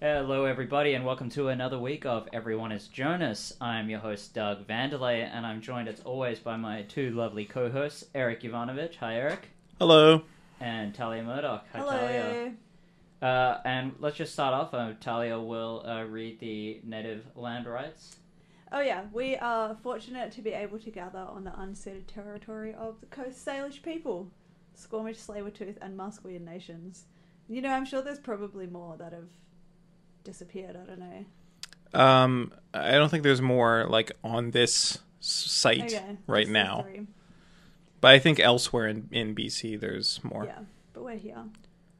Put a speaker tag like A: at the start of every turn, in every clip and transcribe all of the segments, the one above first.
A: Hello, everybody, and welcome to another week of Everyone is Jonas. I'm your host, Doug Vanderlei, and I'm joined, as always, by my two lovely co hosts, Eric Ivanovich. Hi, Eric.
B: Hello.
A: And Talia Murdoch. Hi, Talia.
C: Hello.
A: Uh, and let's just start off. Uh, Talia will uh, read the native land rights.
C: Oh yeah, we are fortunate to be able to gather on the unceded territory of the Coast Salish people, Squamish, Tsleil-Waututh, and Musqueam nations. You know, I'm sure there's probably more that have disappeared. I don't know.
B: Um, I don't think there's more like on this s- site
C: Okay,
B: right
C: just these
B: now,
C: three.
B: but I think elsewhere in, in BC there's more.
C: Yeah, but we're here.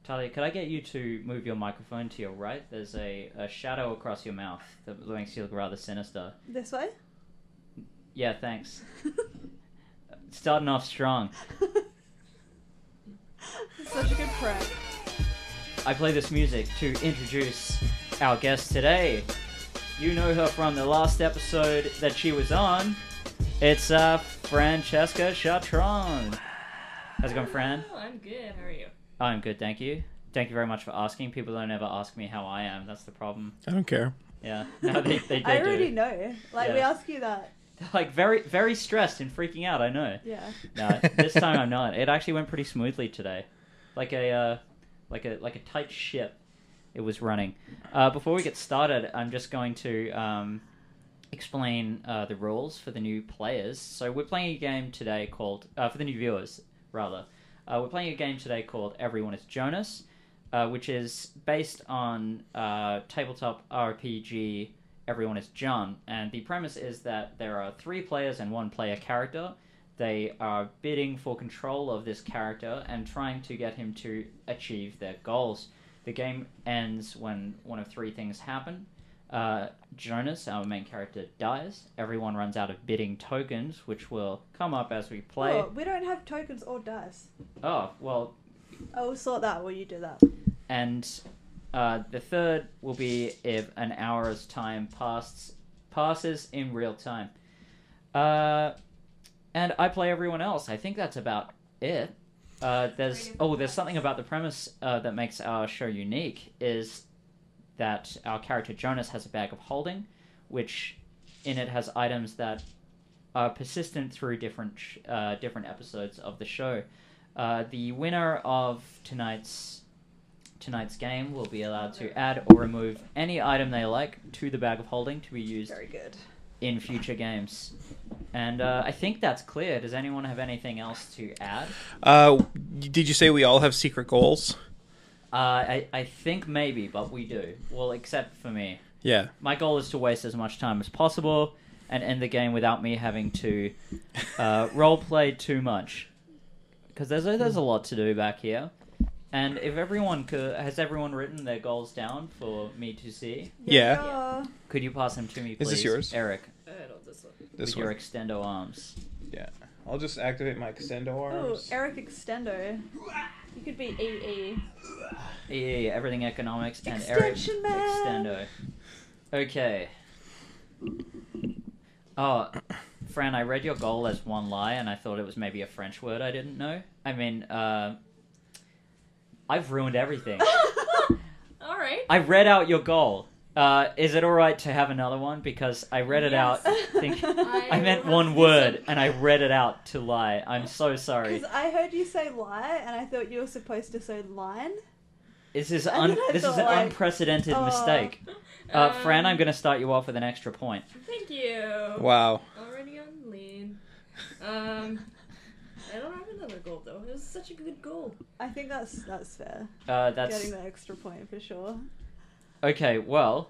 A: Talia, could I get you to move your microphone to your right? There's a, a shadow across your mouth that makes you look rather sinister.
C: This way.
A: Yeah, thanks. Starting off strong.
C: Such a good prep.
A: I play this music to introduce our guest today. You know her from the last episode that she was on. It's uh, Francesca Chartron. How's it going, Fran?
D: Oh, I'm good. How are you?
A: I'm good, thank you. Thank you very much for asking. People don't ever ask me how I am. That's the problem.
B: I don't care.
A: Yeah, no, they, they, they
C: I
A: do.
C: already know. Like we
A: Yeah.
C: ask you that.
A: They're, Like very, very stressed and freaking out. I know.
C: Yeah.
A: No, this time I'm not. It actually went pretty smoothly today, like a uh, like a like a tight ship. It was running. Uh, before we get started, I'm just going to um, explain uh, the rules for the new players. So we're playing a game today called uh, for the new viewers rather. Uh, we're playing a game today called Everyone is Jonas, uh, which is based on uh, tabletop RPG Everyone is John, and the premise is that there are three players and one player character they are bidding for control of this character and trying to get him to achieve their goals. The game ends when one of three things happen. Uh, Jonas, our main character, dies. Everyone runs out of bidding tokens, which will come up as we play.
C: Oh, we don't have tokens or dice.
A: Oh, well,
C: I will sort that while you do that.
A: and uh, the third will be if an hour's time passes passes in real time. Uh, and I play everyone else. I think that's about it. Uh, there's oh, there's something about the premise uh, that makes our show unique is that our character Jonas has a bag of holding, which in it has items that are persistent through different sh- uh, different episodes of the show. Uh, the winner of tonight's tonight's game will be allowed to add or remove any item they like to the bag of holding to be used
C: Very good.
A: in future games. And uh, I think that's clear. Does anyone have anything else to add?
B: Uh, did you say we all have secret goals?
A: Uh, I, I think maybe, but we do. Well, except for me.
B: Yeah.
A: My goal is to waste as much time as possible and end the game without me having to uh, roleplay too much. Because there's, a- there's a lot to do back here. And if everyone could, has everyone written their goals down for me to see?
B: Yeah.
C: yeah.
A: Could you pass them to me, please?
B: Is this yours?
A: Eric,
D: Uh, this one.
B: This
A: with
B: one.
A: your extendo arms.
B: Yeah. I'll just activate my extendo
C: Oh,
B: arms.
C: Eric Extendo. You could be E EE.
A: EE, Everything Economics, and
C: Extension
A: Eric
C: man!
A: Extendo. Okay. Oh, Fran, I read your goal as one lie, and I thought it was maybe a French word I didn't know. I mean, uh, I've ruined everything.
D: All right.
A: I read out your goal. Uh, is it alright to have another one? Because I read it out.
C: Yes.
A: Think-
C: I
A: I meant
D: will have
A: one
D: to do
A: word,
D: some-
A: and I read it out to lie. I'm so sorry.
C: Because I heard you say lie, and I thought you were supposed to say line.
A: This is
C: And
A: un-
C: then I
A: this is
C: thought,
A: an
C: like,
A: unprecedented
C: oh.
A: mistake. Uh, Fran,
D: Um,
A: I'm going to start you off with an extra point.
D: Thank you.
B: Wow.
D: Already on lean. Um, I don't have another goal though. It was such a good goal.
C: I think that's that's fair.
A: Uh, that's
C: Getting the extra point for sure.
A: okay. Well,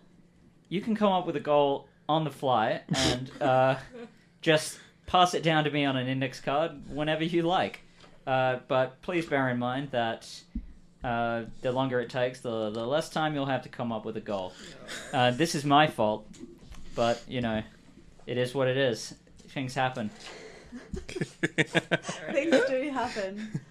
A: you can come up with a goal on the fly and uh, just pass it down to me on an index card whenever you like. Uh, but please bear in mind that uh, the longer it takes, the the less time you'll have to come up with a goal. Uh, this is my fault, but you know, it is what it is. Things happen.
C: Things do happen.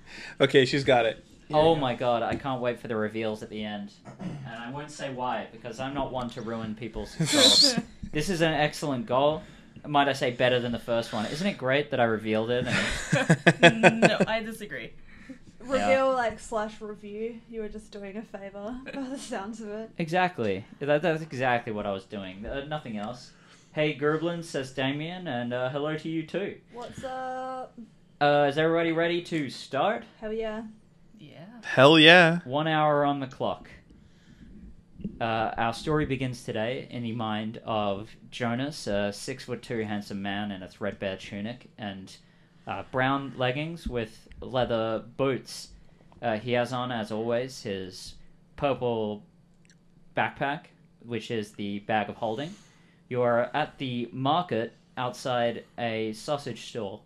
B: okay, she's got it.
A: Oh my god, I can't wait for the reveals at the end. And I won't say why, because I'm not one to ruin people's goals. this is an excellent goal. Might I say better than the first one? Isn't it great that I revealed it? And
D: no, I disagree.
C: reveal
A: Yeah.
C: like slash review. You were just doing a favor by the sounds of it.
A: Exactly. That, that's exactly what I was doing. Uh, nothing else. Hey, Gerblin, says Damien, and uh, hello to you too.
C: What's up?
A: Uh, is everybody ready to start?
C: Hell yeah.
D: Yeah.
B: Hell yeah.
A: One hour on the clock. Uh, our story begins today in the mind of Jonas, a six foot two handsome man in a threadbare tunic and uh, brown leggings with leather boots. Uh, he has on, as always, his purple backpack, which is the bag of holding. You are at the market outside a sausage store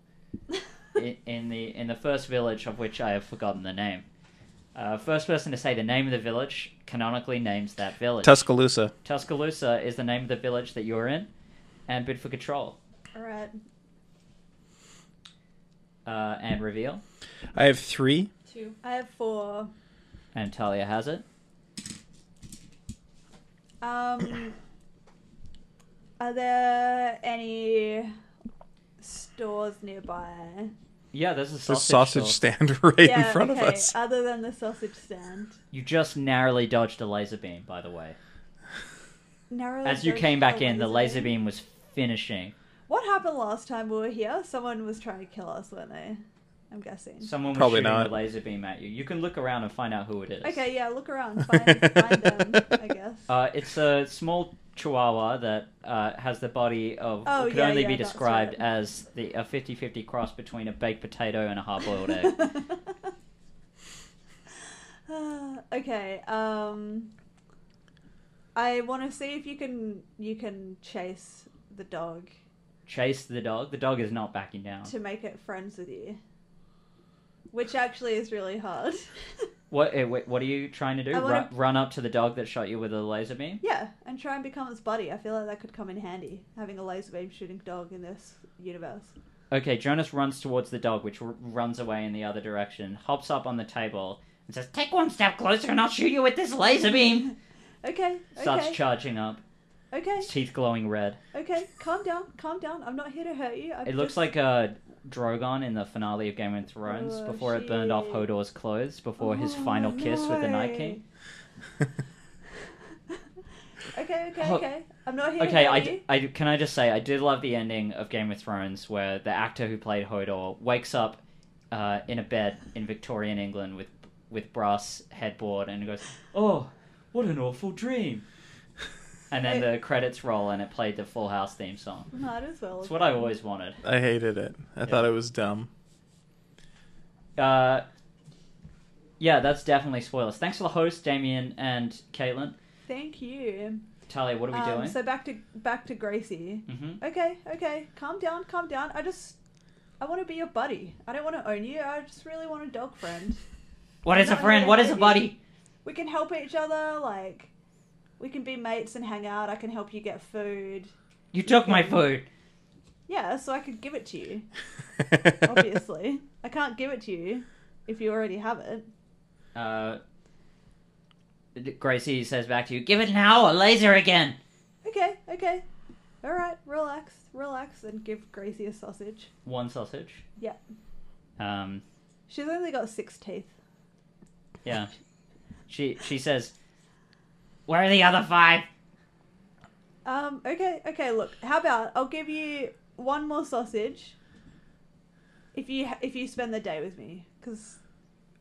A: i- in the in the first village of which I have forgotten the name. Uh, first person to say the name of the village canonically names that village.
B: Tuscaloosa.
A: Tuscaloosa is the name of the village that you're in, and bid for control
C: All right.
A: uh, and reveal.
B: I have three.
D: Two.
C: I have four.
A: And Talia has it.
C: Um, are there any stores nearby?
A: Yeah, there's a
B: It's a
A: sausage.
B: sausage
A: store.
B: stand right in front of
C: okay,
B: us.
C: Other than the sausage stand,
A: you just narrowly dodged a laser beam, by the way.
C: narrowly
A: As you
C: judged
A: came back
C: by
A: in, the laser beam was finishing.
C: What happened last time we were here? Someone was trying to kill us, weren't they? I'm guessing.
A: Someone was
B: Probably
A: shooting
B: not.
A: a laser beam at you. You can look around and find out who it is.
C: Okay, yeah, look around, find, find them. I guess.
A: Uh, it's a small chihuahua that uh, has the body of
C: Oh,
A: what can
C: yeah,
A: only
C: yeah,
A: be
C: that's
A: described
C: right.
A: as the a 50-50 cross between a baked potato and a hard-boiled egg.
C: Uh, okay. Um, I want to see if you can you can chase the dog
A: Chase the dog. The dog is not backing down.
C: to make it friends with you, which actually is really hard.
A: What eh, wait, what are you trying to do?
C: I
A: Ru-
C: wanna-
A: Run, up to the dog that shot you with a laser beam?
C: yeah, and try and become its buddy. I feel like that could come in handy having a laser beam shooting dog in this universe.
A: Okay, Jonas runs towards the dog, which r- runs away in the other direction. Hops up on the table and says, "Take one step closer, and I'll shoot you with this laser beam."
C: Okay.
A: Starts
C: Okay.
A: charging up,
C: okay.
A: his teeth glowing red.
C: Okay. Calm down. Calm down. I'm not here to hurt you. I'm
A: It looks
C: just-
A: like uh, Drogon in the finale of Game of Thrones
C: Oh,
A: before it burned off
C: shit.
A: Hodor's clothes before his
C: Oh,
A: final kiss with the Night
C: no.
A: King.
C: okay, okay,
A: Oh.
C: okay. I'm not here.
A: Okay,
C: to
A: I,
C: hurt
A: d-
C: you.
A: I d- can I just say I did love the ending of Game of Thrones where the actor who played Hodor wakes up uh, in a bed in Victorian England with with brass headboard and goes, "Oh, what an awful dream." And then
C: Wait.
A: the credits roll and it played the Full House theme song.
C: Might as well.
A: It's what I always wanted.
B: I hated it. I thought it was dumb.
A: Uh, yeah, that's definitely spoilers. Thanks for the host, Damien and Caitlin.
C: Thank you.
A: Talia, what are we
C: um,
A: doing?
C: So back to back to Gracie.
A: hmm
C: Okay, okay. Calm down, calm down. I just I want to be your buddy. I don't want to own you. I just really want a dog friend.
A: What is a
C: Not
A: friend?
C: really,
A: What is a
C: maybe.
A: buddy?
C: We can help each other. Like we can be mates and hang out. I can help you get food.
A: You took my food.
C: Yeah, so I could give it to you. Obviously, I can't give it to you if you already have it.
A: Uh, Gracie says back to you, "Give it now or laser again."
C: Okay, okay. All right, relax, relax, and give Gracie a sausage.
A: One sausage.
C: Yeah.
A: Um.
C: She's only got six teeth.
A: Yeah. She she says, "Where are the other five?
C: Um, okay, okay, look, how about I'll give you one more sausage if you if you spend the day with me, because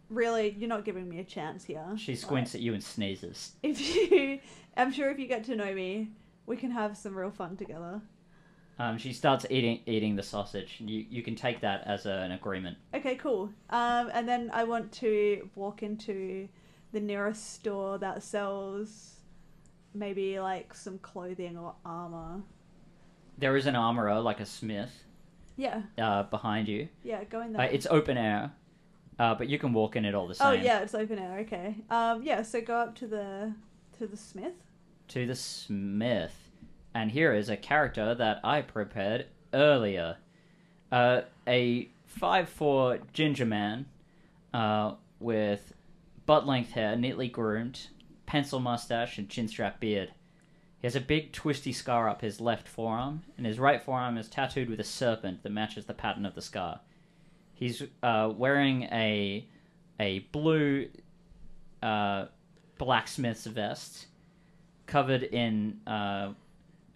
C: really, you're not giving me a chance here.
A: She squints at you and sneezes.
C: Like, if you, I'm sure if you get to know me, we can have some real fun together.
A: Um. She starts eating eating the sausage. You you can take that as a, an agreement.
C: Okay, cool. Um, and then I want to walk into the nearest store that sells maybe like some clothing or armor.
A: There is an armorer, like a smith,
C: Yeah,
A: uh, behind you.
C: yeah, go in
A: Uh,
C: there.
A: it's open air, uh, but you can walk in it all the same.
C: oh yeah, it's open air. Okay. Um, yeah, so go up to the to the smith.
A: To the Smith, and here is a character that I prepared earlier. Uh, a five four ginger man, uh, with butt length hair, neatly groomed, pencil mustache, and chin strap beard. He has a big twisty scar up his left forearm, and his right forearm is tattooed with a serpent that matches the pattern of the scar. He's uh, wearing a a blue uh, blacksmith's vest covered in uh,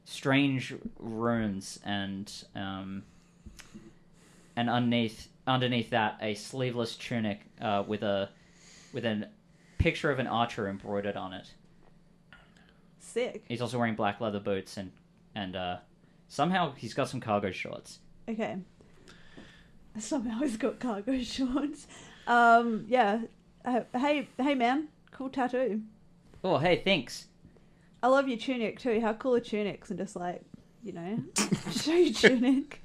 A: strange runes and um, and underneath underneath that a sleeveless tunic uh, with a with a picture of an archer embroidered on it.
C: Sick.
A: He's also wearing black leather boots and and uh, somehow he's got some cargo shorts.
C: Okay. Somehow he's got cargo shorts. Um, yeah. Uh, hey, hey, man. Cool tattoo.
A: Oh hey, thanks.
C: I love your tunic too. How cool are tunics? And just like, you know, show your tunic.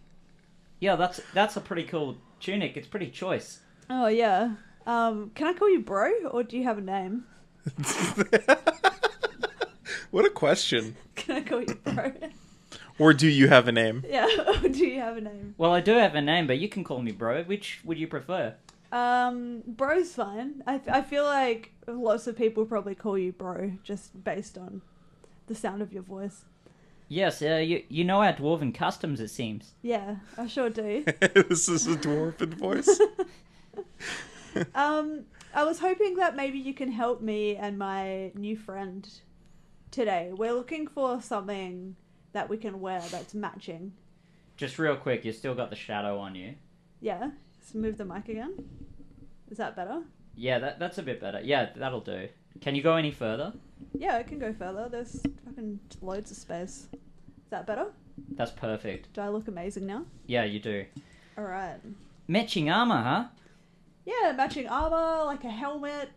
A: Yeah, that's that's a pretty cool tunic. It's pretty choice.
C: Oh yeah. Um, can I call you bro, or do you have a name?
B: what a question.
C: Can I call you bro?
B: Or do you have a name?
C: yeah. Or do you have a name?
A: Well, I do have a name, but you can call me bro. Which would you prefer?
C: Um, bro's fine. I, I feel like lots of people probably call you bro just based on the sound of your voice.
A: Yes, uh, you you know our dwarven customs, it seems.
C: Yeah, I sure do.
B: this is a dwarven voice.
C: um, I was hoping that maybe you can help me and my new friend today. We're looking for something that we can wear that's matching.
A: Just real quick, you still got the shadow on you.
C: Yeah, let's move the mic again. Is that better?
A: Yeah, that that's a bit better. Yeah, that'll do. Can you go any further?
C: Yeah, it can go further. There's fucking loads of space. Is that better?
A: That's perfect.
C: Do I look amazing now?
A: Yeah, you do.
C: All right.
A: Matching armor, huh?
C: Yeah, matching armor, like a helmet,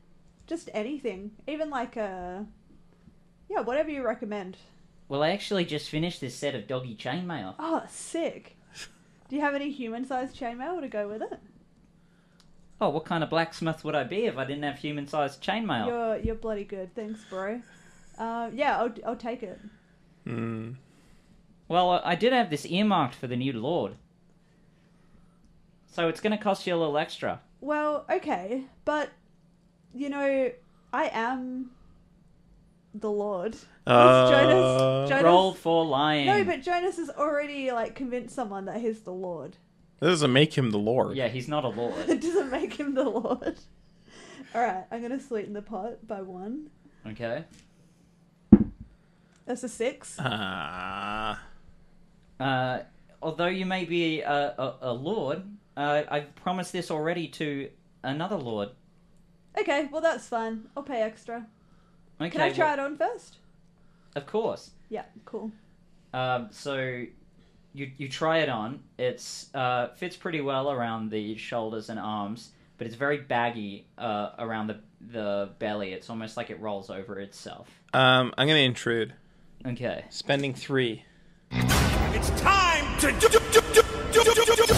C: just anything. Even like a yeah, whatever you recommend.
A: Well, I actually just finished this set of doggy chainmail.
C: Oh, sick. Do you have any human-sized chainmail to go with it?
A: Oh, what kind of blacksmith would I be if I didn't have human-sized chainmail?
C: You're you're bloody good. Thanks, bro. Uh, yeah, I'll I'll take it.
B: Mm.
A: Well, I- I did have this earmarked for the new lord. So it's going to cost you a little extra.
C: Well, okay, but you know, I am the Lord.
B: Uh,
C: Jonas- Jonas-
A: Roll for lying.
C: No, but Jonas has already like convinced someone that he's the Lord.
B: That doesn't make him the lord.
A: Yeah, he's not a lord.
C: It doesn't make him the Lord. All right, I'm gonna sweeten the pot by one.
A: Okay.
C: That's a six.
B: Ah.
A: Uh, although you may be a, a, a lord, uh, I've promised this already to another lord.
C: Okay, well that's fine. I'll pay extra.
A: Okay,
C: Can I try
A: well,
C: it on first?
A: Of course.
C: Yeah, cool.
A: Um, so you you try it on. It's uh, fits pretty well around the shoulders and arms, but it's very baggy uh, around the the belly. It's almost like it rolls over itself.
B: um, I'm gonna intrude.
A: Okay.
B: Spending three.
E: It's time to do, do, do, do, do, do, do, do,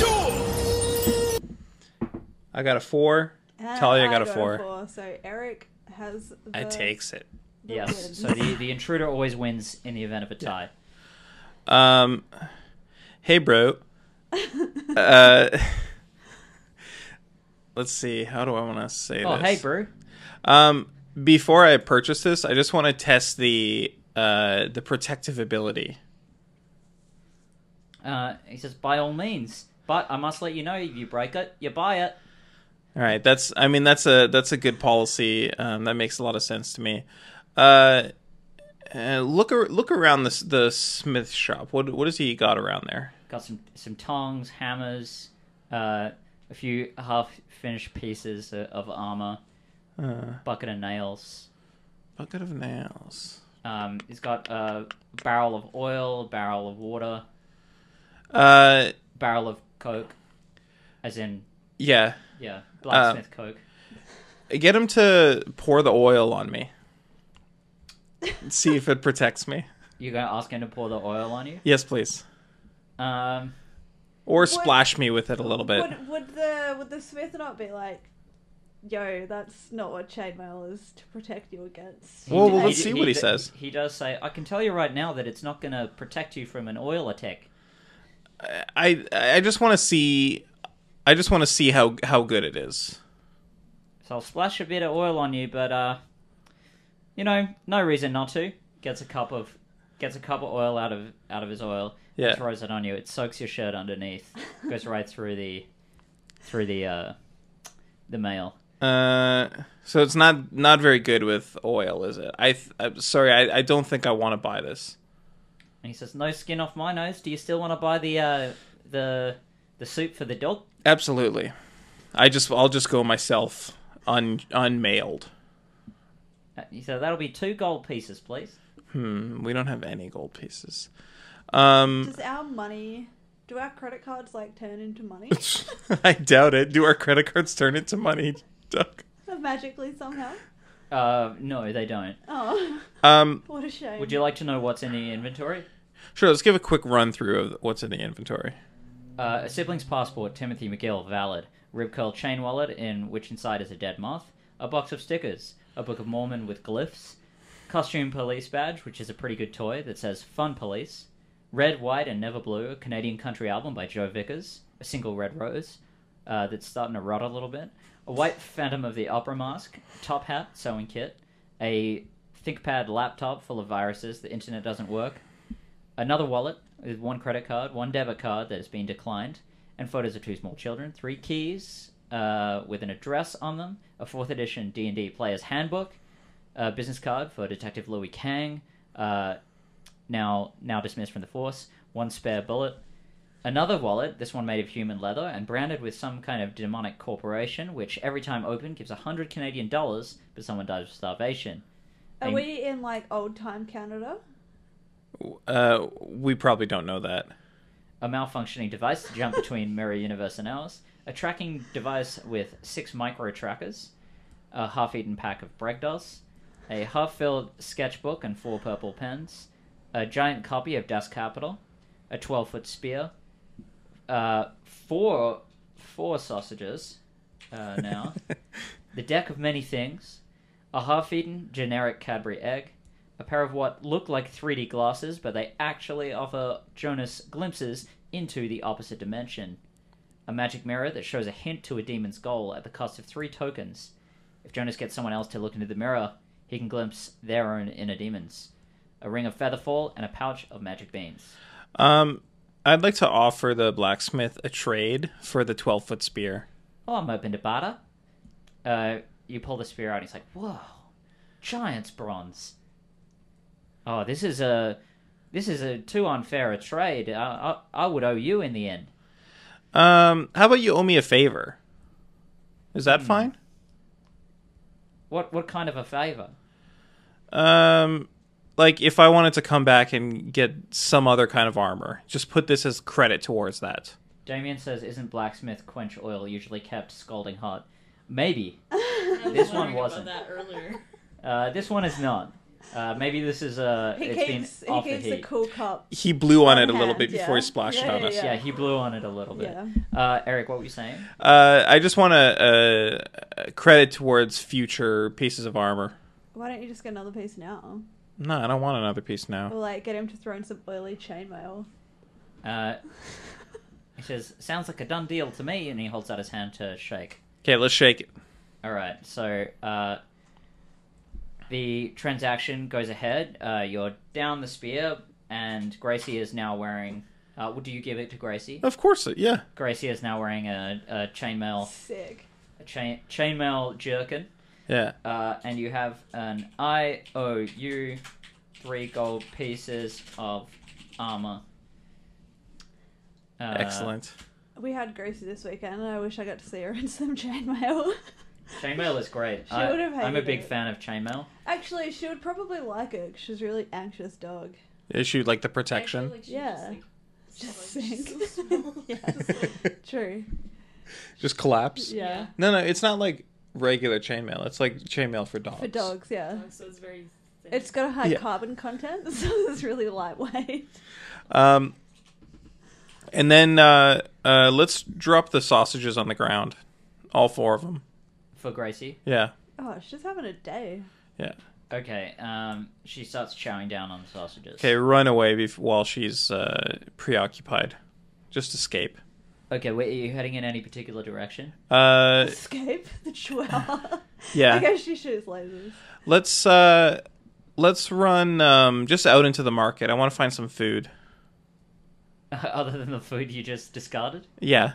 B: I got a four.
C: And
B: Talia got a four.
C: So Eric has. The,
B: I takes it.
C: the win.
A: Yes. So the the intruder always wins in the event of a tie.
B: Um, hey, bro. uh, let's see. How do I want to say
A: Oh,
B: this?
A: hey, bro.
B: Um, before I purchase this, I just want to test the uh the protective ability.
A: Uh, he says, by all means, but I must let you know if you break it, you buy it.
B: All right, that's I mean that's a that's a good policy. Um, that makes a lot of sense to me. Uh, uh look ar- look around this the smith shop. What what has he got around there?
A: Got some some tongs, hammers, uh, a few half finished pieces of, of armor,
B: Uh,
A: bucket of nails.
B: bucket of nails.
A: Um, he's got a barrel of oil, barrel of water,
B: Uh,
A: barrel of coke, as in
B: yeah,
A: yeah, blacksmith
B: Uh.
A: coke.
B: get him to pour the oil on me. See if it protects me.
A: You're gonna ask him to pour the oil on you.
B: Yes, please.
A: Um,
B: Or splash me with it a little bit.
C: Would, would the would the Smith not be like, yo, that's not what chainmail is to protect you against?
B: Well, well,
C: Hey,
B: let's see what he
A: d-
B: says.
A: He does say, "I can tell you right now that it's not gonna protect you from an oil attack."
B: I I just want to see. I just want to see how how good it is.
A: So I'll splash a bit of oil on you, but uh, you know, no reason not to. Gets a cup of gets a cup of oil out of out of his oil. and
B: Yeah.
A: Throws it on you. It soaks your shirt underneath. goes right through the through the uh, the mail.
B: Uh, so it's not not very good with oil, is it? I th- I'm sorry, I, I don't think I want to buy this.
A: And he says, "No skin off my nose. Do you still want to buy the uh, the the soup for the dog?"
B: Absolutely, I just I'll just go myself, un unmailed.
A: Uh, He said, "That'll be two gold pieces, please."
B: Hmm, we don't have any gold pieces. Um,
C: Does our money, do our credit cards like turn into money
B: I doubt it. Do our credit cards turn into money, Doug?
C: magically somehow?
A: Uh, no, they don't.
C: Oh,
B: Um,
C: what a shame.
A: Would you like to know what's in the inventory?
B: sure. Let's give a quick run through of what's in the inventory.
A: Uh, a sibling's passport, Timothy McGill, valid. Rib curl chain wallet, in which inside is a dead moth. A box of stickers. A Book of Mormon with glyphs. Costume police badge, which is a pretty good toy that says Fun Police. Red, White, and Never Blue, a Canadian country album by Joe Vickers. A single red rose uh, that's starting to rot a little bit. A white Phantom of the Opera mask. Top hat, sewing kit. A ThinkPad laptop full of viruses. The internet doesn't work another wallet with one credit card, one debit card that has been declined, and photos of two small children, three keys uh, with an address on them, a fourth edition D and D player's handbook, a business card for Detective Louis Kang, uh, now now dismissed from the force, one spare bullet. Another wallet, this one made of human leather and branded with some kind of demonic corporation, which every time opened gives 100 Canadian dollars, but someone dies of starvation.
C: Are we in like old time Canada?
B: Uh, we probably don't know that.
A: a malfunctioning device to jump between mirror universe and ours, a tracking device with six micro trackers, a half-eaten pack of Bregdos, a half-filled sketchbook and four purple pens, a giant copy of Das Kapital, a twelve-foot spear, uh, four four sausages. Uh, now, the deck of many things, a half-eaten generic Cadbury egg, a pair of what look like 3D glasses, but they actually offer Jonas glimpses into the opposite dimension. A magic mirror that shows a hint to a demon's goal at the cost of three tokens. If Jonas gets someone else to look into the mirror, he can glimpse their own inner demons. A ring of featherfall and a pouch of magic beans.
B: Um, I'd like to offer the blacksmith a trade for the twelve foot spear.
A: Oh, I'm open to barter. Uh, you pull the spear out, and he's like, "Whoa, giant's bronze." Oh, this is a, this is a too unfair a trade. I, I, I would owe you in the end.
B: Um, how about you owe me a favor? Is
C: Hmm.
B: that fine?
A: What, what kind of a favor?
B: Um, like if I wanted to come back and get some other kind of armor, just put this as credit towards that.
A: Damien says, "Isn't blacksmith quench oil usually kept scalding hot?" Maybe.
D: I was
A: This
D: wondering
A: one
D: about
A: wasn't.
D: that earlier.
A: Uh, this this one is not. Uh, maybe this is a.
C: He
A: It's
C: keeps
A: been
C: he
A: off the
C: keeps
A: heat.
C: a cool cup.
B: He blew on
C: One
B: it a little
C: hand,
B: bit before he
C: yeah.
B: splashed
C: Yeah,
B: on
C: yeah,
B: us.
A: yeah, he blew on it a little bit.
C: Yeah.
A: Uh, Eric, what were you saying?
B: Uh, I just want a, uh credit towards future pieces of armor.
C: Why don't you just get another piece now?
B: No, I don't want another piece now.
C: Or like get him to throw in some oily chainmail.
A: Uh, He says, "Sounds like a done deal to me," and he holds out his hand to shake.
B: Okay, let's shake it.
A: All right, so uh, the transaction goes ahead. Uh, you're down the spear, and Gracie is now wearing. Uh, do you give it to Gracie?
B: Of course, it, yeah.
A: Gracie is now wearing a, a chainmail
C: Sick.
A: a chain chainmail jerkin,
B: Yeah.
A: uh, and you have an I O U, three gold pieces of armor. Uh,
B: Excellent.
C: We had Gracie this weekend, and I wish I got to see her in some chainmail.
A: Chainmail is great.
C: She
A: I,
C: would've
A: I'm a
C: hated
A: big
C: it.
A: fan of chainmail.
C: Actually, she would probably like it. 'cause She's a really anxious dog.
B: Issued like the
D: I
B: protection.
D: feel like she
C: Yeah.
D: Just,
C: Just
D: like, she's
C: think.
D: so small.
C: Yeah. True.
B: just collapse.
C: Yeah.
B: No, no, it's not like regular chainmail. It's like chainmail for dogs.
C: For dogs, yeah.
D: Oh, so it's very. Thin.
C: It's got a high
B: Yeah.
C: carbon content, so it's really lightweight.
B: Um, and then uh, uh, let's drop the sausages on the ground, all four of them.
A: for Gracie.
B: Yeah,
C: Oh, she's having a day.
B: yeah.
A: Okay, um, she starts chowing down on the sausages.
B: Okay, run away bef- while she's uh, preoccupied. Just escape.
A: Okay, wait, are you heading in any particular direction?
B: Uh,
C: Escape the chihuahua.
B: Yeah.
C: I guess she shoots lasers.
B: let's uh, let's run um, just out into the market. I want to find some food.
A: Other than the food you just discarded?
B: Yeah.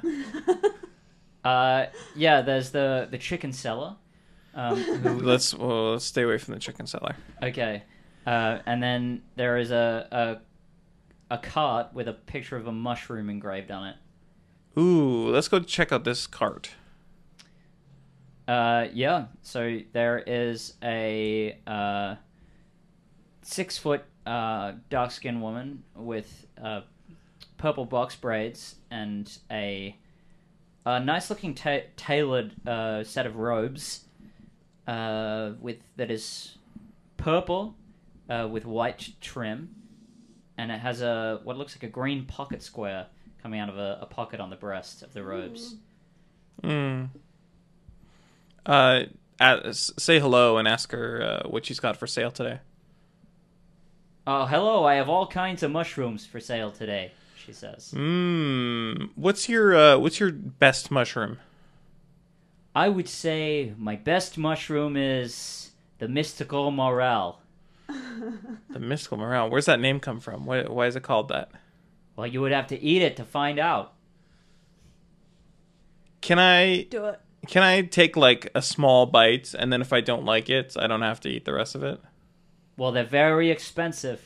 A: Uh, yeah, there's the the chicken seller. Um, who,
B: Let's well, let's stay away from the chicken seller.
A: okay, uh, and then there is a, a a cart with a picture of a mushroom engraved on it.
B: Ooh, let's go check out this cart.
A: Uh, yeah. So there is a uh, six foot uh, dark skinned woman with uh, purple box braids and a, a nice looking ta- tailored uh, set of robes uh, with that is purple uh, with white trim, and it has a what looks like a green pocket square coming out of a, a pocket on the breast of the robes.
B: Mm. Uh, a- s- say hello and ask her uh, what she's got for sale today.
A: Oh, hello, I have all kinds of mushrooms for sale today, she says.
B: Mmm. What's your uh, what's your best mushroom?
A: I would say my best mushroom is the mystical morel.
B: The mystical morale. Where's that name come from? Why, why is it called that?
A: Well, you would have to eat it to find out.
B: Can I
C: Do it.
B: can I take like a small bite and then if I don't like it, I don't have to eat the rest of it?
A: Well, they're very expensive.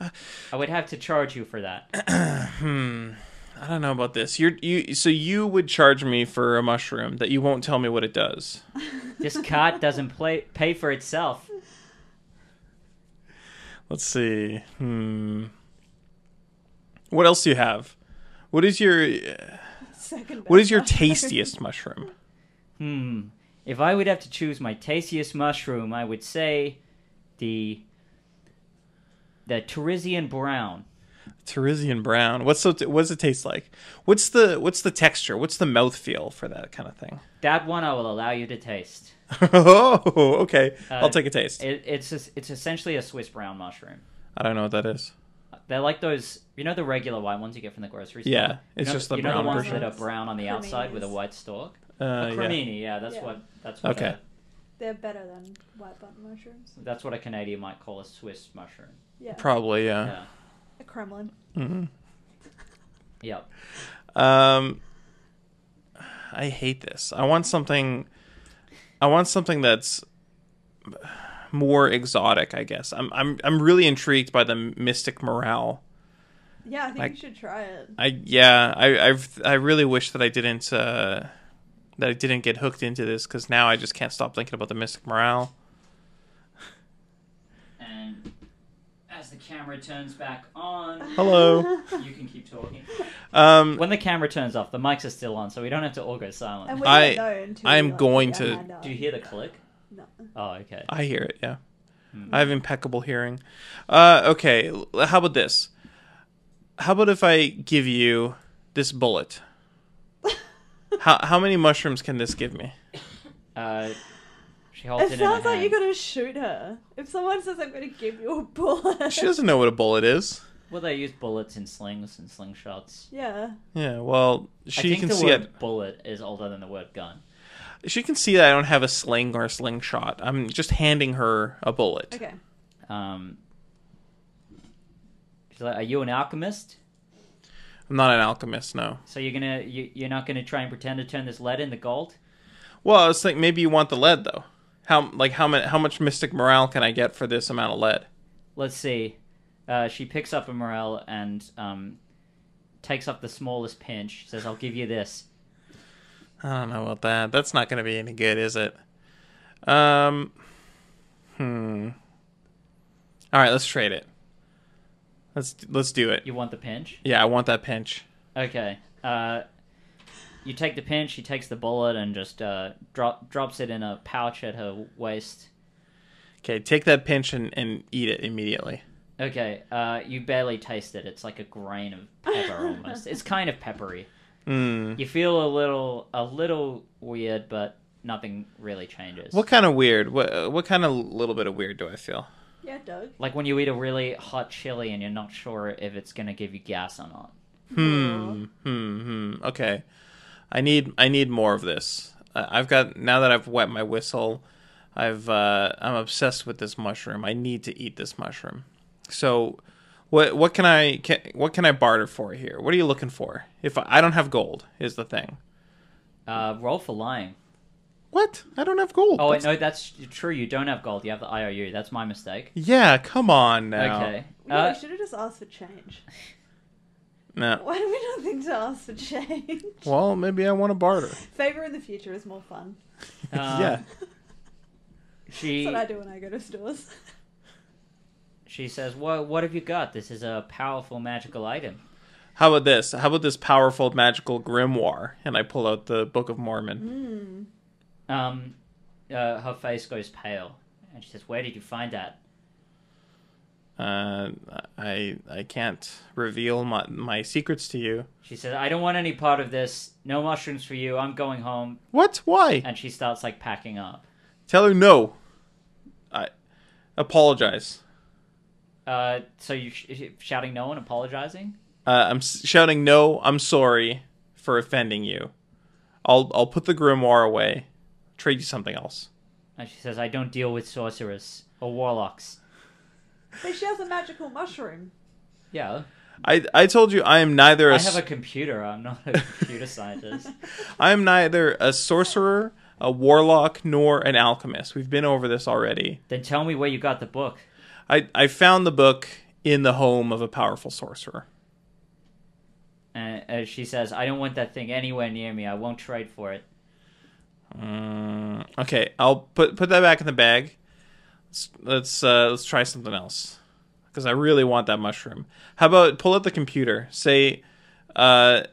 A: I would have to charge you for that.
B: I don't know about this. You're you so you would charge me for a mushroom that you won't tell me what it does.
A: This cart doesn't play, pay for itself.
B: Let's see. Hmm. What else do you have? What is your
C: Second
B: what
C: best
B: is your
C: mushroom.
B: tastiest mushroom?
A: Hmm. If I would have to choose my tastiest mushroom, I would say the the Tiresian brown.
B: Teresian brown. What's so what does it taste like? What's the what's the texture? What's the mouthfeel for that kind of thing?
A: That one I will allow you to taste.
B: oh, okay.
A: Uh,
B: I'll take a taste.
A: It, it's es- it's essentially a Swiss brown mushroom.
B: I don't know what that is.
A: They're like those, you know, the regular white ones you get from the grocery store.
B: Yeah,
A: You
B: it's
A: know-
B: just the
A: you know
B: brown
A: the ones
B: version.
A: that are brown on the outside with a
C: Creminis.
A: white stalk.
B: Uh,
A: a
B: yeah.
A: cremini, yeah. that's
C: Yeah.
A: what that's what
B: Okay.
A: a,
C: They're better than white button mushrooms.
A: that's what a Canadian might call a Swiss mushroom.
C: Yeah.
B: Probably, yeah.
A: Yeah,
C: a Kremlin.
B: Mhm.
A: yeah.
B: Um, I hate this. I want something. I want something that's more exotic. I guess I'm. I'm. I'm really intrigued by the mystic morale.
C: Yeah, I think
B: Like-
C: you should try it.
B: I yeah. I. I've. I really wish that I didn't. Uh, that I didn't get hooked into this because now I just can't stop thinking about the mystic morale.
A: And as the camera turns back on,
B: Hello.
A: you can keep talking.
B: Um,
A: When the camera turns off, the mics are still on, so we don't have to all go silent.
C: And we
B: I-
C: don't know until
B: I'm
C: you, like,
B: going
C: put your
B: to-
C: hand up.
A: Do you hear the click?
C: No.
A: Oh, okay.
B: I hear it. Yeah, I have impeccable hearing. Uh, okay. l- How about this? How about if I give you this bullet? how how many mushrooms can this give me?
A: Uh, she holds it,
C: It
A: in her
C: sounds like
A: hand.
C: you're gonna shoot her. If someone says I'm gonna give you a bullet,
B: She doesn't know what a bullet is.
A: Well, they use bullets and slings and slingshots.
C: yeah,
B: Yeah. Well, she
A: I think
B: can
A: the
B: see
A: word bullet is older than the word gun.
B: it. She can see that I don't have a sling or a slingshot. I'm just handing her a bullet.
C: okay.
A: Um, she's like, "Are you an alchemist?
B: I'm not an alchemist. No.
A: So you're gonna you, you're not gonna try and pretend to turn this lead into gold?
B: Well, I was thinking maybe you want the lead though. How like how many how much mystic morale can I get for this amount of lead?
A: Let's see." Uh, she picks up a morel and um, takes up the smallest pinch. Says, "I'll give you this."
B: I don't know about that. That's not going to be any good, is it? Um. Hmm. All right, let's trade it. Let's let's do it.
A: You want the pinch?
B: Yeah, I want that pinch.
A: Okay. Uh, you take the pinch. She takes the bullet and just uh, drop drops it in a pouch at her waist.
B: Okay, take that pinch and, and eat it immediately.
A: Okay, uh, you barely taste it. It's like a grain of pepper almost. it's kind of peppery.
B: Mm.
A: You feel a little, a little weird, but nothing really changes.
B: What kind of weird? What what kind of little bit of weird do I feel?
C: Yeah, Doug.
A: Like when you eat a really hot chili and you're not sure if it's gonna give you gas or not.
B: Hmm. Hmm. Hmm. Okay. I need I need more of this. I- I've got now that I've wet my whistle. I've uh, I'm obsessed with this mushroom. I need to eat this mushroom. So, what what can I can, what can I barter for here? What are you looking for? If I, I don't have gold, is the thing.
A: Uh, roll for lying.
B: What? I don't have gold.
A: Oh, wait, no,
B: That's-
A: that's true. You don't have gold. You have the IOU. That's my mistake.
B: Yeah, come on now.
A: Okay.
C: Yeah,
A: Uh,
C: we should have just asked for change.
B: No.
C: Why do we not think to ask for change?
B: Well, maybe I want to barter.
C: Favor in the future is more fun.
A: Um,
B: yeah.
A: she
C: That's what I do when I go to stores.
A: she says, "What what have you got? This is a powerful magical item."
B: How about this? How about this powerful magical grimoire? And I pull out the Book of Mormon.
A: Um, uh, her face goes pale, and she says, "Where did you find that?"
B: Uh, I I can't reveal my my secrets to you.
A: She says, "I don't want any part of this. No mushrooms for you. I'm going home."
B: What? Why?
A: And she starts like packing up.
B: Tell her no. I apologize.
A: Uh, so you sh- sh- shouting no and apologizing?
B: Uh, I'm s- shouting no. I'm sorry for offending you. I'll I'll put the grimoire away. Trade you something else.
A: And she says, "I don't deal with sorcerers or warlocks."
C: But she has a magical mushroom.
A: Yeah,
B: I I told you I am neither a
A: I
B: s-
A: have a computer. I'm not a computer scientist.
B: I am neither a sorcerer, a warlock, nor an alchemist. We've been over this already.
A: Then tell me where you got the book.
B: I, I found the book in the home of a powerful sorcerer.
A: And uh, she says, "I don't want that thing anywhere near me. I won't trade for it."
B: Mm, okay, I'll put put that back in the bag. Let's let's, uh, let's try something else because I really want that mushroom. How about pull out the computer? Say, uh,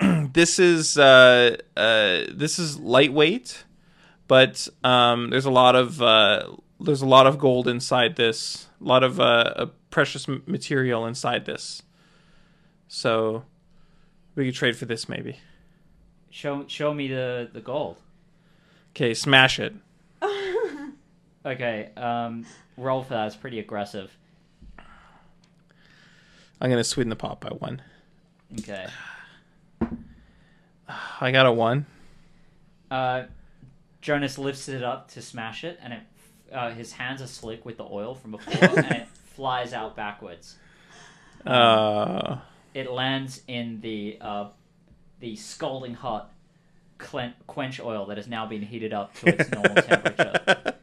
B: this is uh, uh, this is lightweight, but um, there's a lot of uh, there's a lot of gold inside this, a lot of uh, uh, precious m- material inside this. So we could trade for this maybe.
A: Show show me the the gold.
B: Okay, smash it.
A: Okay, um, roll for that. It's pretty aggressive.
B: I'm gonna sweeten the pot by one.
A: Okay.
B: I got a one.
A: Uh, Jonas lifts it up to smash it, and it uh, his hands are slick with the oil from before, and it flies out backwards. Oh.
B: Uh,
A: It lands in the uh, the scalding hot clen- quench oil that has now been heated up to its normal temperature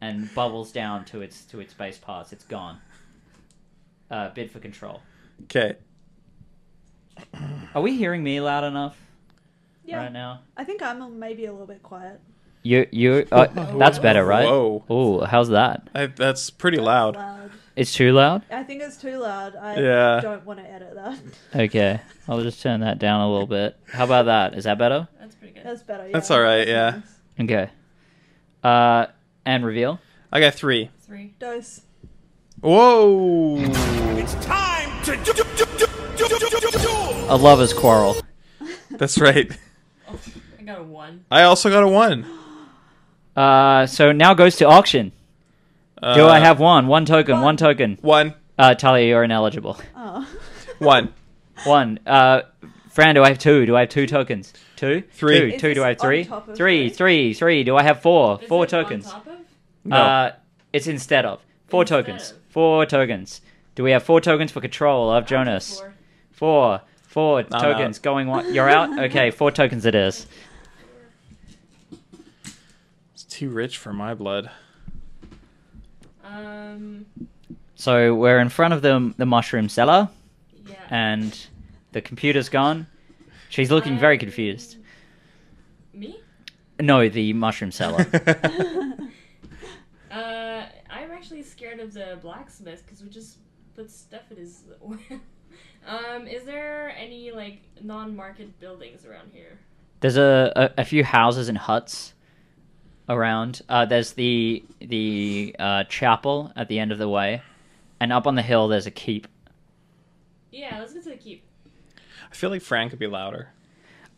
A: and bubbles down to its to its base parts. It's gone. Uh, bid for control.
B: okay.
A: Are we hearing me loud enough
C: Yeah.
A: right now?
C: I think I'm maybe a little bit quiet.
A: You you uh, that's better, right?
B: Whoa.
A: Oh, how's that?
B: I, that's pretty loud.
C: Loud.
A: It's too loud.
C: I think it's too loud. I
B: Yeah.
C: don't want to edit that.
A: Okay, I'll just turn that down a little bit. How about that? Is that better?
D: That's pretty good.
C: That's better. Yeah.
B: That's all right. Yeah,
C: Nice.
A: Okay. Uh, and reveal.
B: I got three.
D: Three.
C: Dose.
B: Whoa.
E: It's time to do, do, do, do, do, do, do, do, do.
A: A lover's quarrel.
B: That's right.
D: Oh, I got a one.
B: I also got a one.
A: Uh, so now goes to auction.
B: Uh,
A: Do I have one? One token. One token.
B: one?
A: Uh, Talia, you're ineligible.
C: Oh.
B: One.
A: One. Uh, Fran, do I have two? Do I have two tokens? Two.
B: Three.
A: Two.
C: Is
A: two. Do I have
C: this on
A: three?
C: top of
A: Three.
C: three?
A: Three. Three. Do I have four?
D: Is
A: four
D: it on
A: tokens.
D: top of?
B: No.
A: Uh, it's instead of four
D: Instead
A: tokens.
D: of.
A: Four tokens. Do we have four tokens for control of Jonas?
D: Four.
A: Four. Four
B: I'm
A: tokens
B: out.
A: going one. You're out? Okay, four tokens it is.
B: it's too rich for my blood.
D: Um.
A: So we're in front of the, the mushroom cellar,
D: Yeah.
A: and the computer's gone. She's looking very confused.
D: Me?
A: No, the mushroom cellar.
D: Uh, I'm actually scared of the blacksmith because we just put stuff in his. um, is there any like non-market buildings around here?
A: There's a, a, a few houses and huts around. Uh, there's the the uh, chapel at the end of the way, and up on the hill there's a keep.
D: Yeah, let's go to the keep.
B: I feel like Fran could be louder.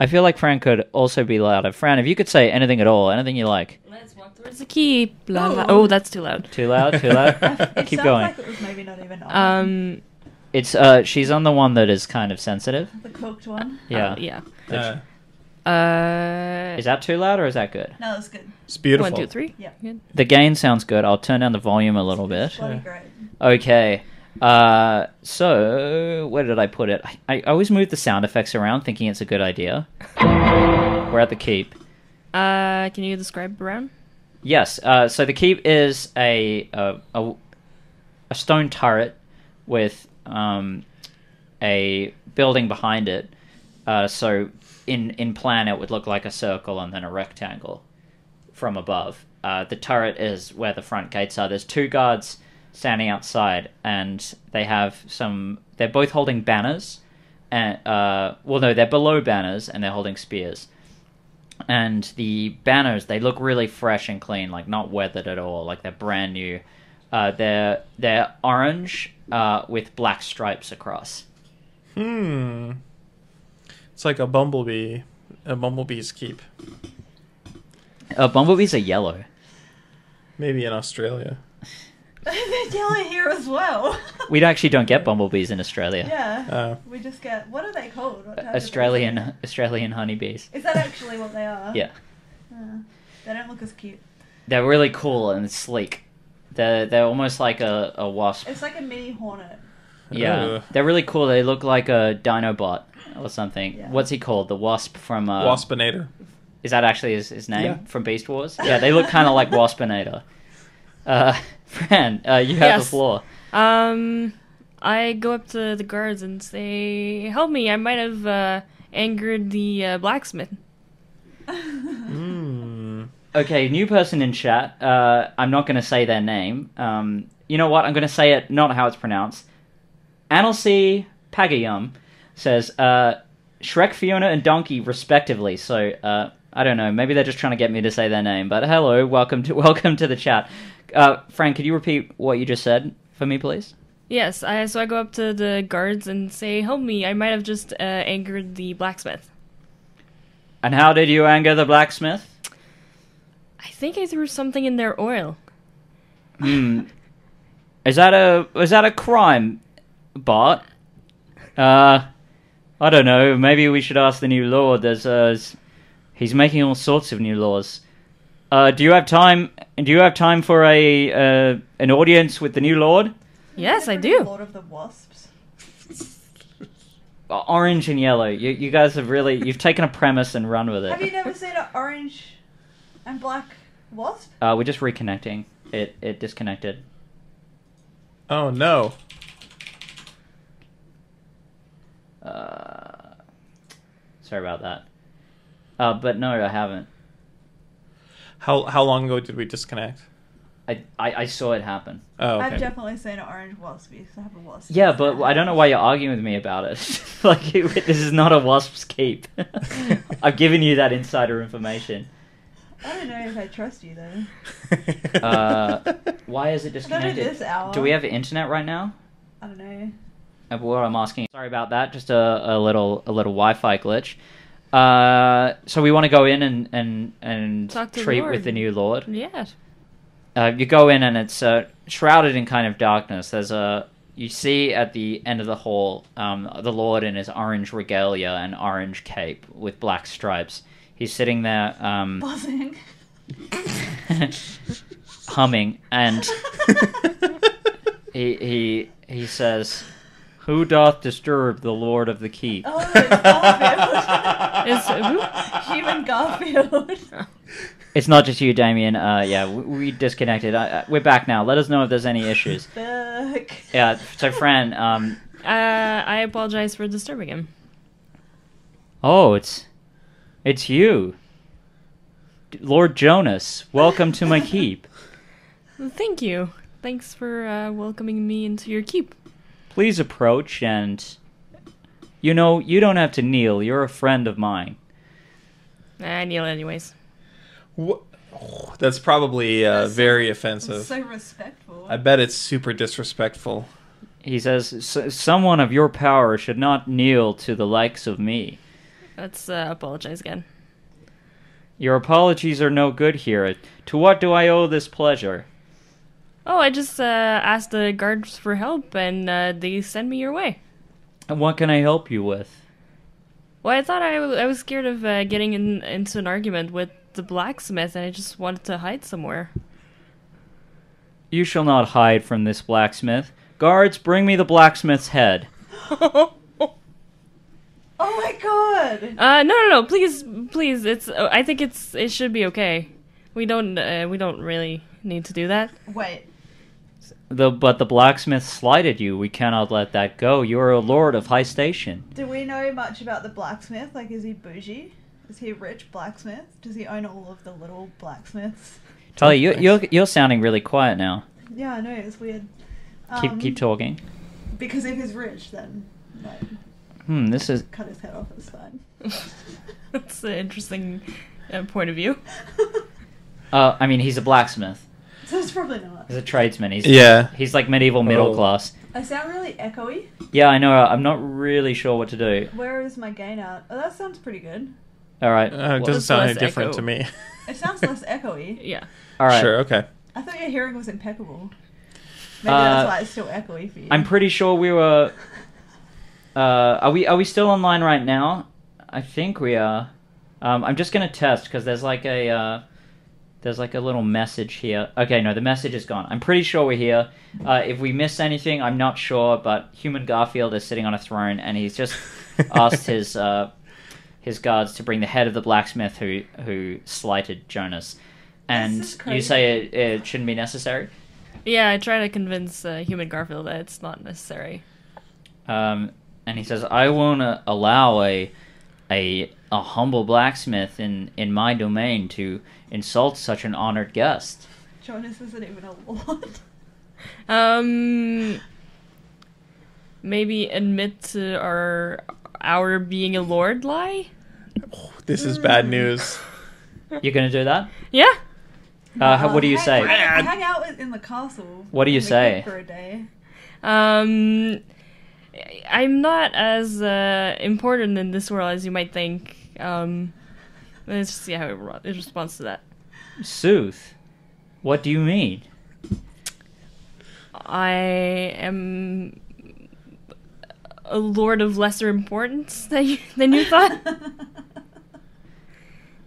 A: I feel like Fran could also be louder. Fran, if you could say anything at all, anything you like.
D: Let's walk towards
F: It's a
D: the.
F: key. Blah, blah.
C: Oh.
F: Oh, that's too loud.
A: Too loud, too loud.
C: It
A: Keep
C: sounds
A: going.
C: like it was maybe not even on.
F: Um,
A: It's uh, she's on the one that is kind of sensitive.
C: the cooked one.
A: Yeah,
F: oh, yeah.
B: Uh,
F: Uh,
A: Is that too loud or is that good?
C: No, that's good.
B: it's beautiful.
F: one, two, three.
C: Yeah.
F: Good.
A: The gain sounds good. I'll turn down the volume a little bit.
C: Bloody great.
A: Okay. Uh, so where did I put it? I, I always move the sound effects around, thinking it's a good idea. We're at the keep.
F: Uh, can you describe Brown?
A: Yes. Uh, so the keep is a a, a, a stone turret with um, a building behind it. Uh, so in in plan, it would look like a circle and then a rectangle from above. Uh, the turret is where the front gates are. There's two guards standing outside, and they have some. They're both holding banners, and uh, well, no, they're below banners and they're holding spears and the banners they look really fresh and clean like not weathered at all like they're brand new uh, they're they're orange uh, with black stripes across
B: Hmm. It's like a bumblebee, a bumblebee's keep.
A: uh, bumblebees are yellow
B: Maybe in Australia.
C: They're yelling here as well.
A: we actually don't get bumblebees in australia
C: yeah.
B: Uh,
C: we just get what are they called? What type of-
A: australian australian honeybees
C: Is that actually what they are?
A: yeah
C: Uh, they don't look as cute.
A: they're really cool and sleek they're, they're almost like a, a wasp
C: It's like a mini hornet.
A: yeah
B: Ugh.
A: they're really cool they look like a dinobot or something
C: Yeah.
A: what's he called the wasp from uh,
B: Waspinator.
A: Is that actually his, his name
B: Yeah.
A: from Beast Wars? Yeah, they look kind of like Waspinator. Uh, Fran, uh, you have the
F: Yes.
A: floor.
F: Um, I go up to the guards and say, "Help me! I might have uh, angered the uh, blacksmith."
B: Hmm.
A: Okay, new person in chat. Uh, I'm not going to say their name. Um, you know what? I'm going to say it not how it's pronounced. Analcy Pagayum says uh, Shrek, Fiona, and Donkey, respectively. So uh, I don't know. Maybe they're just trying to get me to say their name. But hello, welcome to welcome to the chat. Uh, Fran, could you repeat what you just said for me, please?
F: Yes, I so I go up to the guards and say, "Help me! I might have just uh, angered the blacksmith."
A: And how did you anger the blacksmith?
F: I think I threw something in their oil.
A: Hmm. Is that a is that a crime, Bart? Uh, I don't know. Maybe we should ask the new lord. There's uh, s- he's making all sorts of new laws. Uh, do you have time? Do you have time for a uh, an audience with the new lord?
F: Yes, I
C: They're pretty
F: do.
C: Lord of the Wasps.
A: O- Orange and yellow. You you guys have really you've taken a premise and run with
C: Have you
A: it.
C: never seen an orange and black wasp?
A: Uh, we're just reconnecting. It it disconnected.
B: Oh no.
A: Uh, sorry about that. Uh, but no, I haven't.
B: How how long ago did we disconnect?
A: I, I, I saw it happen.
B: Oh,
C: I've
B: okay.
C: definitely seen an orange wasp. You used to have a wasp.
A: Yeah, but I don't know why you're arguing with me about it. like, it, this is not a wasp's keep. I've given you that insider information.
C: I don't know if I trust you though.
A: Uh, Why is it
C: Not
A: disconnected?
C: at this hour.
A: Do we have internet right now?
C: I don't know.
A: Uh, What I'm asking. Sorry about that. Just a, a little a little Wi-Fi glitch. Uh, so we want to go in and and and
F: Talk to the
A: treat with
F: Lord.
A: the new Lord.
F: Yeah.
A: uh, you go in and it's uh, shrouded in kind of darkness. There's a you see at the end of the hall um, the Lord in his orange regalia and orange cape with black stripes. He's sitting there um,
C: Buzzing.
A: humming, and he he he says, "Who doth disturb the Lord of the keep?"
C: Oh, it's Garfield.
F: Is who?
C: Human Garfield.
A: It's not just you, Damien. Uh, yeah, we, we disconnected. I, I, we're back now. Let us know if there's any issues.
C: Fuck.
A: Yeah. So, Fran, um,
F: Uh, I apologize for disturbing him.
A: Oh, it's it's you. D- Lord Jonas, welcome to my keep.
F: Thank you. Thanks for uh, welcoming me into your keep.
A: Please approach and you know, you don't have to kneel. You're a friend of mine.
F: I kneel anyways.
B: Wha- That's probably uh, very offensive.
C: So respectful.
B: I bet it's super disrespectful.
A: He says, "S- "Someone of your power should not kneel to the likes of me.
F: Let's uh, apologize again.
A: Your apologies are no good here. To what do I owe this pleasure?"
F: Oh, I just uh, asked the guards for help, and uh, they sent me your way.
A: And what can I help you with?
F: Well, I thought I, w- I was scared of uh, getting in, into an argument with the blacksmith, and I just wanted to hide somewhere.
A: You shall not hide from this blacksmith. Guards, bring me the blacksmith's head.
F: uh,
C: oh my god.
F: no, no, no! Please, please, it's. uh, I think it's. It should be okay. We don't. Uh, we don't really need to do that.
C: Wait.
A: The but the blacksmith slighted you. We cannot let that go. You are a lord of high station.
C: Do we know much about the blacksmith? Like, is he bougie? Is he a rich blacksmith? Does he own all of the little blacksmiths?
A: Tully, you, you're you're sounding really quiet now.
C: Yeah, I know it's weird.
A: keep
C: Um,
A: keep talking.
C: Because if he's rich, then like,
A: Hmm. This is
C: cut his head off. It's fine.
F: That's an interesting uh, point of view.
A: Uh, I mean, he's a blacksmith.
C: so it's probably not.
A: He's a tradesman. He's
B: Yeah.
A: He's like medieval middle
B: Oh.
A: class.
C: I sound really echoey.
A: Yeah, I know. I'm not really sure what to do.
C: Where is my gain out? Oh, that sounds pretty good.
A: All right.
B: Uh, it
A: Well,
B: doesn't
F: Just
B: sound any
F: less
B: different
F: echo.
B: to me.
C: It sounds less echoey.
F: Yeah.
A: all right.
B: Sure. Okay.
C: I thought your hearing was impeccable. Maybe
A: Uh,
C: that's why it's still echoey for you.
A: I'm pretty sure we were. Uh, are we are we still online right now? I think we are. Um, I'm just gonna test because there's like a uh, there's like a little message here. Okay, no, the message is gone. I'm pretty sure we're here. Uh, if we miss anything, I'm not sure. But human Garfield is sitting on a throne and he's just asked his uh, his guards to bring the head of the blacksmith who who slighted Jonas. And
C: This is
A: you
C: crazy.
A: say it, it shouldn't be necessary.
F: Yeah. I try to convince uh, human Garfield that it's not necessary.
A: Um, and he says, "I won't uh, allow a a a humble blacksmith in in my domain to insult such an honored guest."
C: Jonas isn't even a lord.
F: Um. Maybe admit to our our being a lord lie.
B: This is
C: Mm.
B: bad news.
A: You're gonna do that?
F: Yeah.
A: Uh, how, what do you
C: hang,
A: say?
C: Hang, hang out with- in the castle.
A: What do you
C: in the
A: say?
C: keep For a day.
F: Um, I'm not as uh, important in this world as you might think. Um, let's just see how it, ro- it responds to that.
A: Sooth. What do you mean?
F: I am a lord of lesser importance than you, than you thought.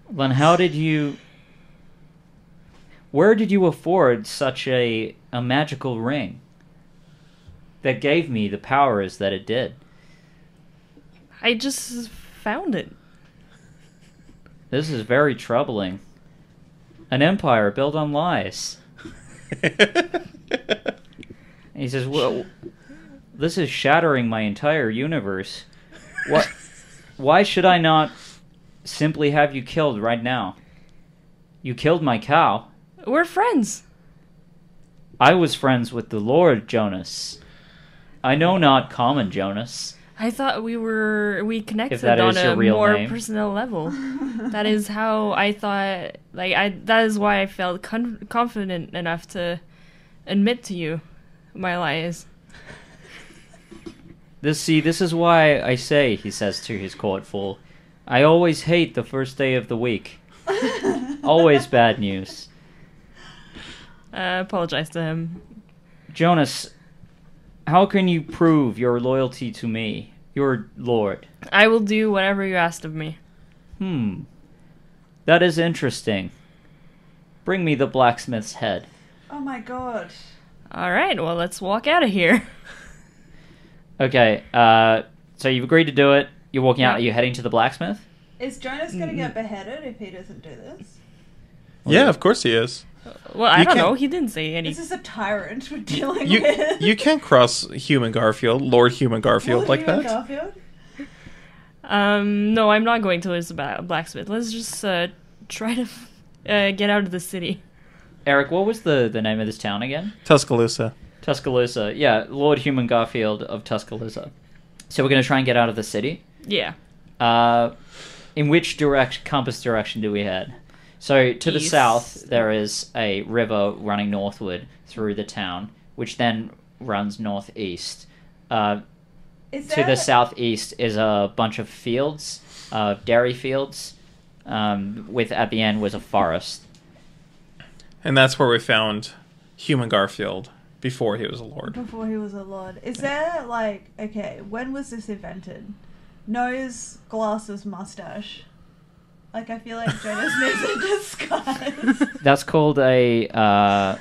A: Then how did you? Where did you afford such a a magical ring that gave me the powers that it did?
F: I just found it.
A: This is very troubling. An empire built on lies. And he says, "Well, this is shattering my entire universe. What? Why should I not simply have you killed right now? You killed my cow.
F: We're friends.
A: I was friends with the Lord Jonas. I know not common Jonas.
F: I thought we were we
A: that
F: connected
A: is
F: on
A: your
F: a
A: real
F: more
A: name.
F: personal level. that is how I thought. Like I, that is why I felt con- confident enough to admit to you my lies.
A: This see, this is why I say," he says to his court fool, "I always hate the first day of the week. Always bad news."
F: I apologize to him.
A: Jonas, how can you prove your loyalty to me, your lord?
F: I will do whatever you asked of me.
A: Hmm. That is interesting. Bring me the blacksmith's head.
C: Oh my god.
F: All right. Well, let's walk out of here.
A: Okay, uh, so you've agreed to do it. You're walking out. Are
F: Yeah.
A: you heading to the blacksmith?
C: Is Jonas gonna get beheaded if he doesn't do this?
B: yeah, of course he is.
F: Well, I
B: You
F: don't
B: can't-
F: know. He didn't say any.
C: This is a tyrant we're dealing
B: You
C: with.
B: you can't cross human Garfield, Lord Human Garfield
C: Lord
B: like
C: Ewan
B: that.
C: Garfield?
F: Um. No, I'm not going to his ba- blacksmith. Let's just uh, try to uh, get out of the city.
A: Eric, what was the, the name of this town again?
B: Tuscaloosa.
A: Tuscaloosa. Yeah, Lord Human Garfield of Tuscaloosa. So we're going to try and get out of the city.
F: Yeah.
A: Uh, in which direct compass direction do we head? So to the
F: East.
A: south, there is a river running northward through the town, which then runs northeast. Uh,
C: Is
A: to
C: there
A: the
C: a-
A: southeast is a bunch of fields, uh, dairy fields, um, with at the end was a forest.
B: And that's where we found human Garfield before he was a lord.
C: Before he was a lord. Is there like okay, when was this invented? Nose, glasses, mustache. Like I feel like Jonas needs a disguise.
A: That's called a uh,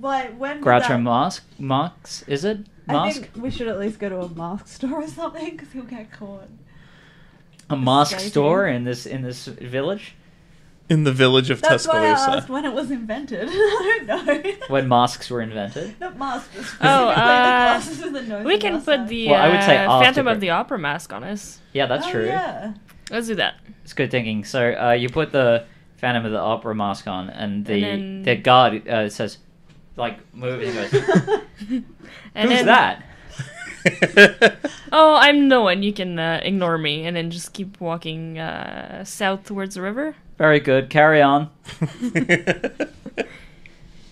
C: like when did
A: Groucho
C: that-
A: mask. Mask is it?
C: I
A: Mask.
C: think we should at least go to a mask store or something because he'll get caught.
A: a mosque
C: Escaping.
A: store in this in this village.
B: in the village of
C: That's why I asked
B: Tuscaloosa.
C: when it was invented. I don't know.
A: When mosques were invented,
C: Not mask, but specifically
F: Oh,
C: the
F: uh,
C: glasses with the nose
F: We
C: and
F: can
C: mouth
F: put
C: mask.
F: the
A: Well, I would say
F: uh,
A: after
F: Phantom
A: Brit-
F: of the Opera mask on us.
A: yeah, that's
C: Oh,
A: true.
C: Yeah.
F: Let's do that.
A: It's good thinking. So uh, you put the Phantom of the Opera mask on, and the
F: And then-
A: the guard uh, says, like, moves and goes,
F: And
A: "Who's
F: then-
A: that?"
F: Oh, I'm no one. You can uh, ignore me, and then just keep walking uh, south towards the river.
A: Very good. Carry on.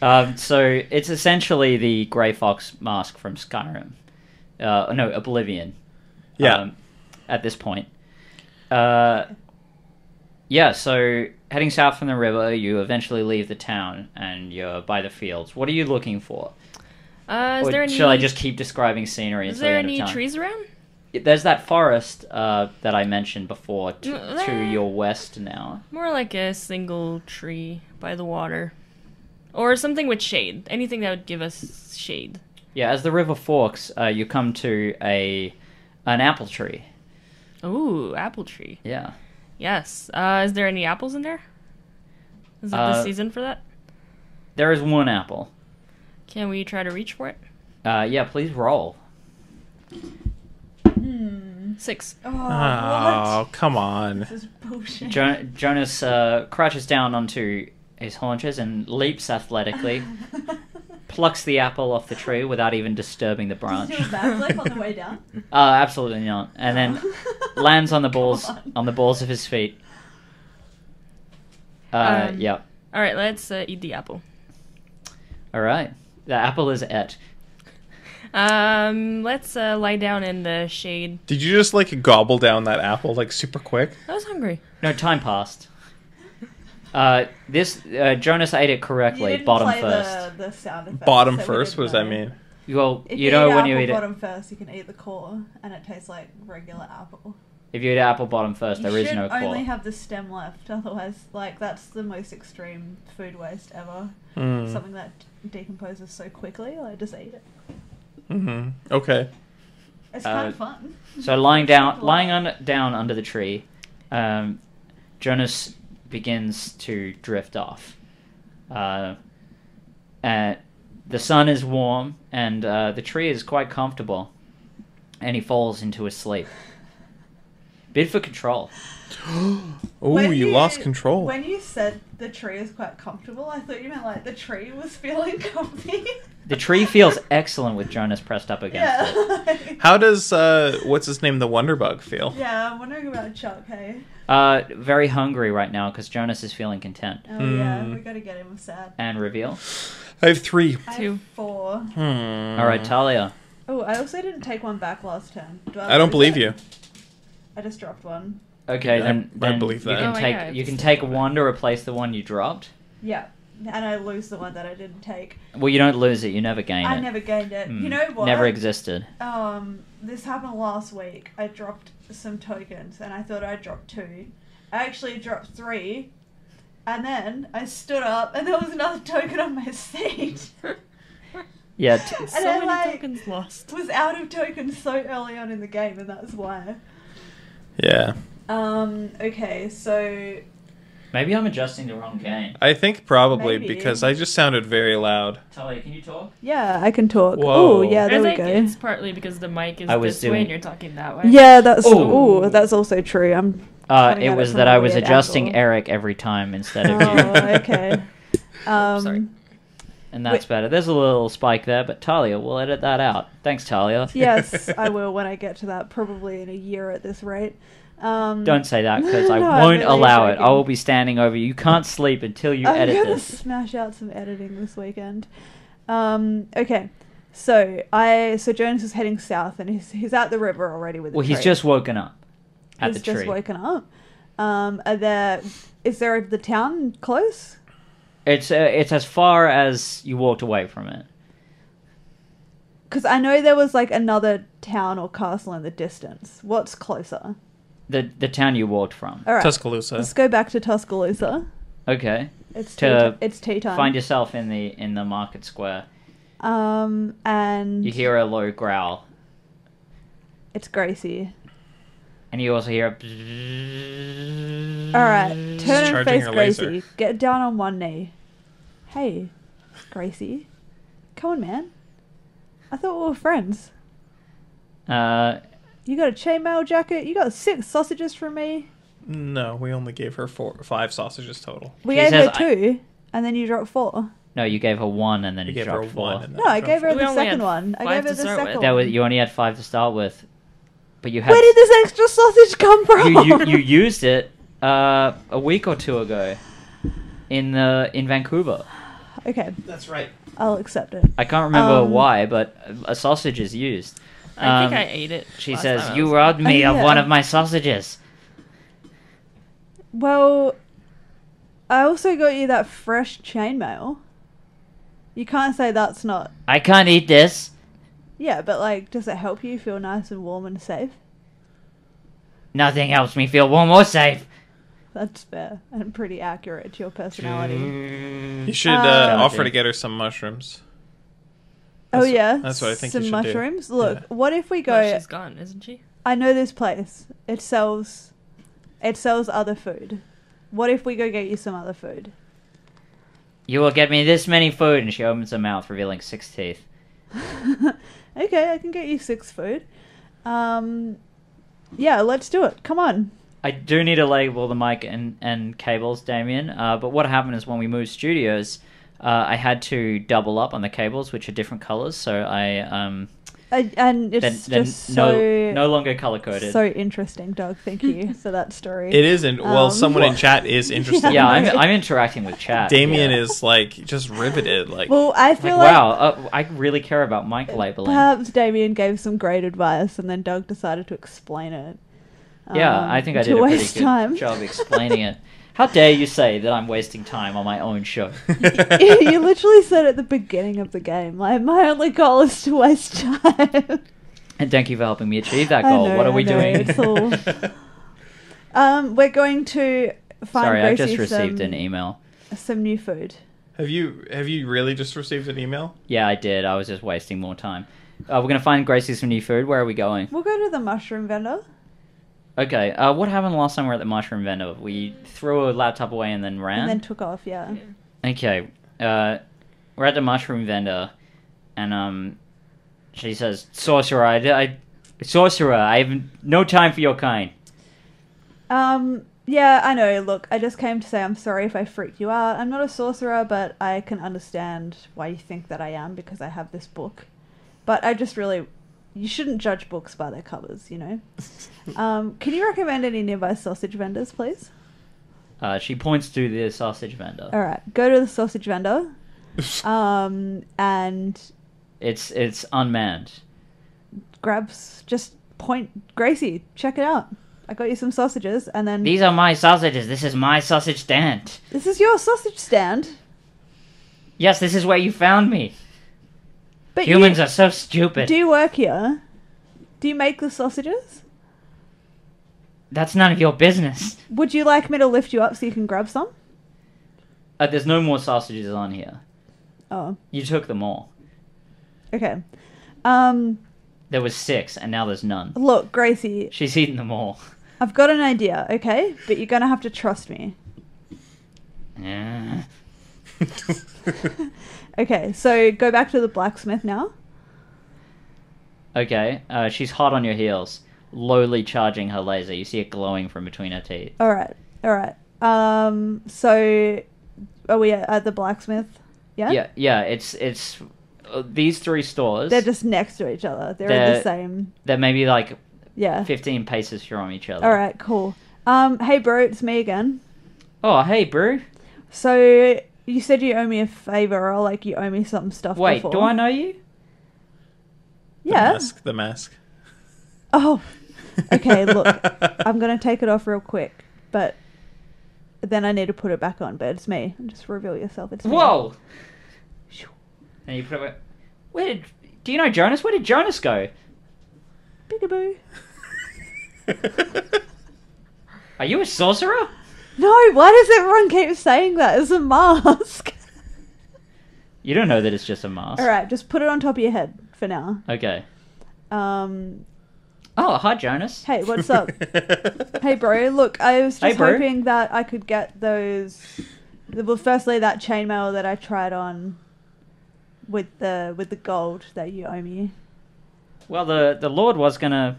A: Um, so it's essentially the Grey Fox mask from Skyrim. Uh, no, Oblivion.
B: yeah.
A: um, at this point. Uh, yeah, so heading south from the river, you eventually leave the town and you're by the fields. What are you looking for?
F: Uh, is
A: Or
F: there any?
A: shall I just keep describing scenery
F: Is
A: until
F: there
A: the
F: any
A: end of time?
F: trees around?
A: There's that forest uh, that I mentioned before t-
F: Mm,
A: to
F: there.
A: your west now.
F: More like a single tree by the water, or something with shade. Anything that would give us shade.
A: Yeah, as the river forks, uh, you come to a an apple tree.
F: Ooh, apple tree.
A: Yeah.
F: Yes. Uh, is there any apples in there? Is it
A: Uh,
F: the season for that?
A: There is one apple.
F: Can we try to reach for it?
A: Uh, yeah, please roll.
F: Six.
C: Oh,
B: oh,
C: what?
B: come on.
C: This is bullshit.
A: Jo- Jonas uh, crouches down onto his haunches and leaps athletically, plucks the apple off the tree without even disturbing the branch.
C: Did you do a backflip on the way down?
A: Uh, absolutely not. And then lands on the balls
C: Come
A: on the balls of his feet. Uh,
F: Um.
A: yeah.
F: All right, let's uh, eat the apple.
A: All right. The apple is et.
F: Um, let's uh, lie down in the shade.
B: Did you just like gobble down that apple like super quick?
F: I was hungry.
A: No time passed. Uh, this uh, Jonas ate it
C: You
A: correctly.
C: didn't
A: bottom
C: play
A: first.
C: The, the sound effect,
B: Bottom
C: so we
B: first?
C: didn't
B: What does that
C: know.
B: mean?
A: Well,
C: If
A: you, know when
C: apple
A: you eat it.
C: bottom first, you can eat the core, and it tastes like regular apple.
A: If you eat apple bottom first,
C: You
A: there is
C: should
A: no core.
C: only have the stem left, otherwise, like that's the most extreme food waste ever.
B: Hmm.
C: Something that decomposes so quickly, like just eat it.
B: Mm-hmm. Okay.
C: It's
A: Uh,
C: kind of fun.
A: So lying down,
C: Wow.
A: lying on down under the tree, um, Jonas begins to drift off. Uh, uh, the sun is warm, and uh, the tree is quite comfortable, and he falls into a sleep. Bid for control.
B: Oh,
C: When
B: you, lost control.
C: When you said the tree is quite comfortable, I thought you meant like the tree was feeling comfy.
A: The tree feels excellent with Jonas pressed up against
C: yeah.
A: it.
C: like-
B: How does uh what's his name the Wonderbug feel?
C: yeah, I'm wondering about Chuck, hey?
A: Uh, very hungry right now because Jonas is feeling content.
C: Oh, yeah, we gotta get him a sad.
A: Hmm. And reveal.
B: I have 3.
C: I have
F: Two.
C: four.
B: Hmm.
A: All right, Talia.
C: Oh, I also didn't take one back last turn. Do
B: I don't
C: lose
B: believe
C: it?
B: you.
C: I just dropped one.
A: Okay,
B: I-
A: then,
B: I
A: then
B: believe
A: you
B: that.
A: can
F: Oh,
A: take
F: yeah,
A: you can
F: it's-
A: take one to replace the one you dropped.
C: Yeah. And I lose the one that I didn't take.
A: Well, you don't lose it. You never gain
C: I
A: it.
C: never gained it.
A: Mm.
C: You know what?
A: Never existed.
C: um, this happened last week. I dropped some tokens and I thought I dropped two. I actually dropped three. And then I stood up and there was another token on my seat.
A: Yeah. T-
F: So
C: I
F: many
C: like- Ah,
F: tokens lost.
C: was out of tokens so early on in the game and that's why.
B: Yeah.
C: Um, okay, so
A: Maybe I'm adjusting the wrong game.
B: I think probably
C: Maybe.
B: because I just sounded very loud.
A: Talia, can you talk?
C: yeah, I can talk.
B: Whoa.
C: Oh, yeah, there
F: I
C: we
F: think
C: go.
F: it's partly because the mic is
A: I
F: this
A: was
F: way
A: doing-
F: and you're talking that way.
C: Yeah, that's
A: Ooh.
C: oh, that's also true. I'm
A: Uh,
C: Coming
A: it
C: at it
A: was
C: from
A: that
C: a
A: I was
C: weird
A: adjusting
C: angle.
A: Eric every time instead of you,
C: oh, okay. Um,
F: Oh, Sorry.
A: and that's better. There's a little spike there, but Talia, we'll edit that out. Thanks, Talia.
C: yes, I will when I get to that, probably in a year at this rate. Um,
A: Don't say that because I
C: No, I'm
A: won't
C: really
A: allow it. I
C: joking. Oh,
A: will be standing over you. You can't sleep until you
C: I'm
A: edit
C: gonna
A: this.
C: smash out some editing this weekend. Um, okay, so I so Jonas is heading south and he's he's at the river already with. The
A: Well, he's
C: tree.
A: just woken up at
C: he's
A: the
C: just
A: tree.
C: woken up. Um, are there is there the town close?
A: It's uh, it's as far as you walked away from it.
C: Because I know there was like another town or castle in the distance. What's closer?
A: The the town you walked from.
C: All right,
B: Tuscaloosa.
C: let's go back to Tuscaloosa.
A: Okay.
C: It's tea
A: To
C: ti- it's tea time.
A: Find yourself in the in the market square.
C: um, and
A: You hear a low growl
C: it's Gracie.
A: and you also hear a.
C: All right, turn and
B: Mm, charging
C: face
B: her
C: Gracie.
B: laser.
C: Get down on one knee. Hey, Gracie, come on, man. I thought we were friends.
A: Uh,
C: You got a chainmail jacket. You got six sausages from me.
B: No, we only gave her four, five sausages total.
C: We
A: She
C: gave her
A: says, "I-
C: two, and then you dropped four.
A: no, you gave her one, and then
B: We
A: you
B: gave her
A: dropped four.
B: one. And
C: No, I gave her
F: We
C: the
F: only had
C: second one. I
F: five
C: gave her
F: to
C: the
F: start
C: second
F: with.
C: one.
A: That was you only had five to start with, but you had
C: Where did this extra sausage come from?
A: you, you you used it uh, a week or two ago in the in Vancouver.
C: okay,
B: That's right.
C: I'll accept it.
A: I can't remember
C: Um,
A: why, but a sausage is used.
F: I think
A: Um,
F: I ate it.
A: She
F: last
A: says,
F: time I
A: "You
F: was-
A: robbed me
C: Oh,
A: of
C: yeah.
A: one of my sausages."
C: Well, I also got you that fresh chainmail. You can't say that's not.
A: I can't eat this.
C: Yeah, but like, does it help you feel nice and warm and safe?
A: Nothing helps me feel warm or safe.
C: That's fair and pretty accurate to your
B: Mm,
C: personality.
A: Mm.
B: You should uh,
C: Uh,
B: offer to
A: Okay.
B: get her some mushrooms.
C: oh
B: That's-
C: yeah,
B: that's what I think you
C: Some
B: should do.
C: mushrooms. Look,
B: Yeah.
C: what if we
F: Well,
C: go?
F: she's gone, isn't she?
C: I know this place. It sells, it sells other food. What if we go get you some other food?
A: You will get me this many food, and she opens her mouth, revealing six teeth.
C: okay, I can get you six food. Um, yeah, let's do it. Come on.
A: I do need to label the mic and, and cables, Damien. Uh, but what happened is when we moved studios, uh, I had to double up on the cables, which are different colors. So I um,
C: And, and
A: then,
C: it's
A: then
C: just
A: no
C: so
A: no longer color coded.
C: so interesting, Doug. Thank you for that story.
B: It isn't. well,
C: Um,
B: someone in
C: what-
B: chat is interested.
A: yeah, I'm,
C: Right.
A: I'm interacting with chat.
B: Damien
A: yeah.
B: is like just riveted. Like,
C: Well, I
A: like,
C: feel like,
A: wow. Uh, I really care about mic labeling.
C: perhaps Damien gave some great advice, and then Doug decided to explain it.
A: yeah,
C: um,
A: I think I
C: to
A: did a pretty
C: waste
A: good
C: time.
A: job explaining it. How dare you say that I'm wasting time on my own show?
C: you literally said at the beginning of the game, like my only goal is to waste time.
A: And thank you for helping me achieve that
C: I
A: goal.
C: know,
A: what are
C: I
A: we
C: know,
A: doing?
C: it's all- um, we're going to find
A: Sorry, I
C: Gracie
A: just received
C: some,
A: an email.
C: some new food.
B: have you have you really just received an email?
A: Yeah, I did. I was just wasting more time. Uh, we're gonna find Gracie some new food. Where are we going?
C: We'll go to the mushroom vendor.
A: Okay. Uh, what happened last time we were at the mushroom vendor? We threw a laptop away and then ran.
C: And then took off, yeah.
A: Okay. Uh, we're at the mushroom vendor, and um, she says, "Sorcerer, I, I sorcerer, I have no time for your kind."
C: Um, yeah, I know. Look, I just came to say I'm sorry if I freaked you out. I'm not a sorcerer, but I can understand why you think that I am because I have this book. But I just really, you shouldn't judge books by their covers, you know. um, can you recommend any nearby sausage vendors, please?
A: Uh, she points to the sausage vendor.
C: All right, go to the sausage vendor. Um, and
A: It's it's unmanned.
C: grabs just point Gracie. Check it out. I got you some sausages, and then
A: These are my sausages. This is my sausage stand.
C: this is your sausage stand.
A: Yes, this is where you found me.
C: But you-
A: Humans are so stupid.
C: Do you work here? Do you make the sausages?
A: That's none of your business.
C: Would you like me to lift you up so you can grab some?
A: Uh, there's no more sausages on here.
C: Oh,
A: You took them all.
C: okay. Um,
A: There was six, and now there's none.
C: look, Gracie,
A: She's eaten them all.
C: I've got an idea, okay? But you're gonna have to trust me.
A: Eh.
C: Okay, so go back to the blacksmith now.
A: okay, uh, she's hot on your heels, lowly charging her laser. You see it glowing from between her teeth.
C: All right, all right. Um, so are we at, at the blacksmith? Yeah.
A: Yeah, yeah. It's it's uh, these three stores.
C: They're just next to each other. They're, in
A: They're-
C: the same.
A: They're maybe like
C: Yeah.
A: 15 paces from each other.
C: All right, cool. Um, hey, bro, it's me again.
A: Oh, hey, bro.
C: So you said you owe me a favor, or like you owe me some stuff.
A: Wait,
C: before.
A: do I know you?
C: Yeah.
B: The mask. The mask.
C: Oh, okay. Look, I'm gonna take it off real quick, but then I need to put it back on. But it's me. Just reveal yourself. It's me.
A: Whoa. And you put it. away- Where did? Do you know Jonas? Where did Jonas go?
C: Peekaboo.
A: Are you a sorcerer?
C: No, why does everyone keep saying that? It's a mask.
A: You don't know that it's just a mask.
C: All right, just put it on top of your head for now.
A: Okay.
C: Um,
A: Oh, hi, Jonas.
C: Hey, what's up? hey, bro. Look, I was
A: Hey,
C: just
A: bro.
C: hoping that I could get those. the- Well, firstly, that chainmail that I tried on with the with the gold that you owe me.
A: Well, the the Lord was gonna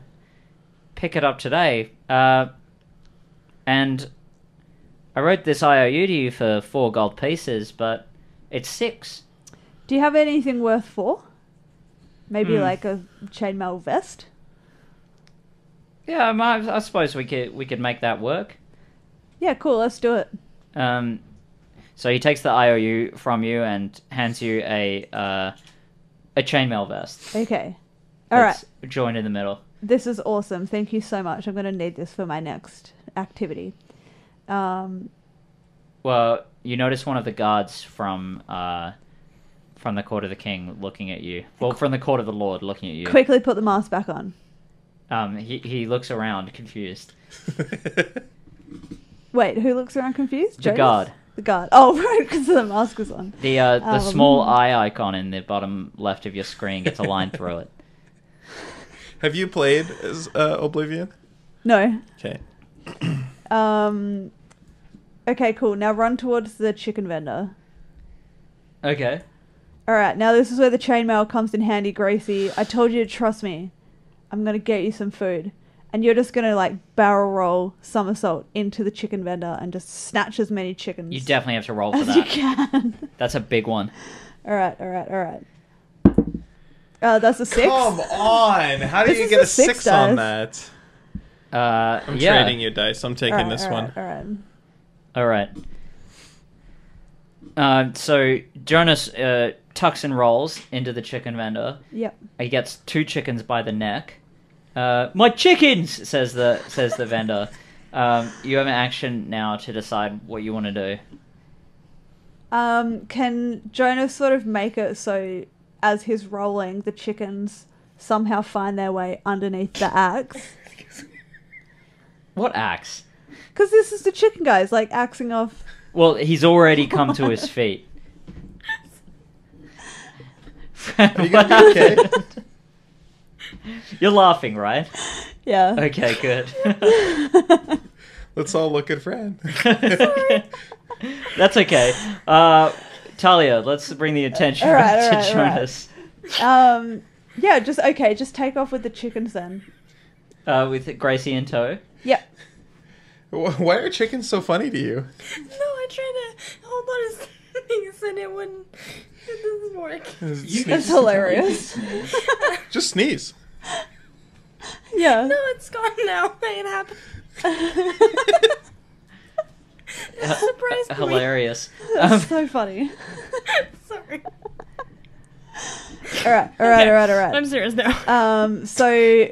A: pick it up today, uh, and I wrote this IOU to you for four gold pieces, but it's six.
C: Do you have anything worth four? Maybe
A: Hmm.
C: like a chainmail vest.
A: Yeah, I, might- I suppose we could we could make that work.
C: Yeah, cool. Let's do it.
A: Um, so he takes the IOU from you and hands you a uh, a chainmail vest.
C: Okay. All right.
A: right, joined in the middle.
C: This is awesome. Thank you so much. I'm going to need this for my next activity. Um,
A: Well, you notice one of the guards from uh, from the court of the king looking at you. Well, from the court of the lord looking at you.
C: quickly put the mask back on.
A: Um, he he looks around confused.
C: Wait, who looks around confused?
A: The
C: Jonas?
A: guard.
C: The guard. Oh, right, because the mask is on.
A: The uh, the
C: Um,
A: small eye icon in the bottom left of your screen gets a line through it.
B: Have you played as, uh, Oblivion?
C: No.
B: Okay.
C: Um. Okay, cool. Now run towards the chicken vendor.
A: Okay.
C: All right, now this is where the chainmail comes in handy, Gracie. I told you to trust me. I'm gonna get you some food, and you're just gonna like barrel roll somersault into the chicken vendor and just snatch as many chickens
A: You definitely have to roll for
C: as you
A: that.
C: can.
A: That's a big one.
C: all right, all right, all right. Uh, that's a six.
B: Come on! How do
C: This
B: you
C: is
B: get
C: a
B: a six,
C: six
B: on
C: dice.
B: that?
A: Uh,
B: I'm
A: yeah.
B: trading you dice. I'm taking
C: All right,
B: this
C: all
B: one.
C: right, all right.
A: All right. Um, so Jonas uh, tucks and rolls into the chicken vendor.
C: Yep.
A: He gets two chickens by the neck. Uh, my chickens, says the says the vendor. Um, you have an action now to decide what you want to do.
C: Um, can Jonas sort of make it so as he's rolling, the chickens somehow find their way underneath the axe?
A: What axe?
C: Because this is the chicken guys, like axing off.
A: Well, he's already come to his feet.
B: Are you gonna be okay?
A: You're laughing, right?
C: Yeah.
A: Okay, good.
B: Let's all look at Fran.
A: That's okay. Uh, Talia, let's bring the attention
C: All right, all
A: to
C: right, all right.
A: Jonas.
C: um, yeah, just okay, just take off with the chickens then.
A: Uh, with Gracie in tow.
C: Yeah.
B: Wh- Why are chickens so funny to you?
D: No, I tried to hold on to things and it wouldn't. It doesn't work.
C: It's hilarious.
B: Just sneeze.
C: yeah.
D: No, it's gone now. It happened. Surprise!
A: H- hilarious. Um,
C: That's so funny.
D: Sorry.
C: All right, all right, all right, all
F: I'm
C: right.
F: serious now.
C: Um, so
B: Good,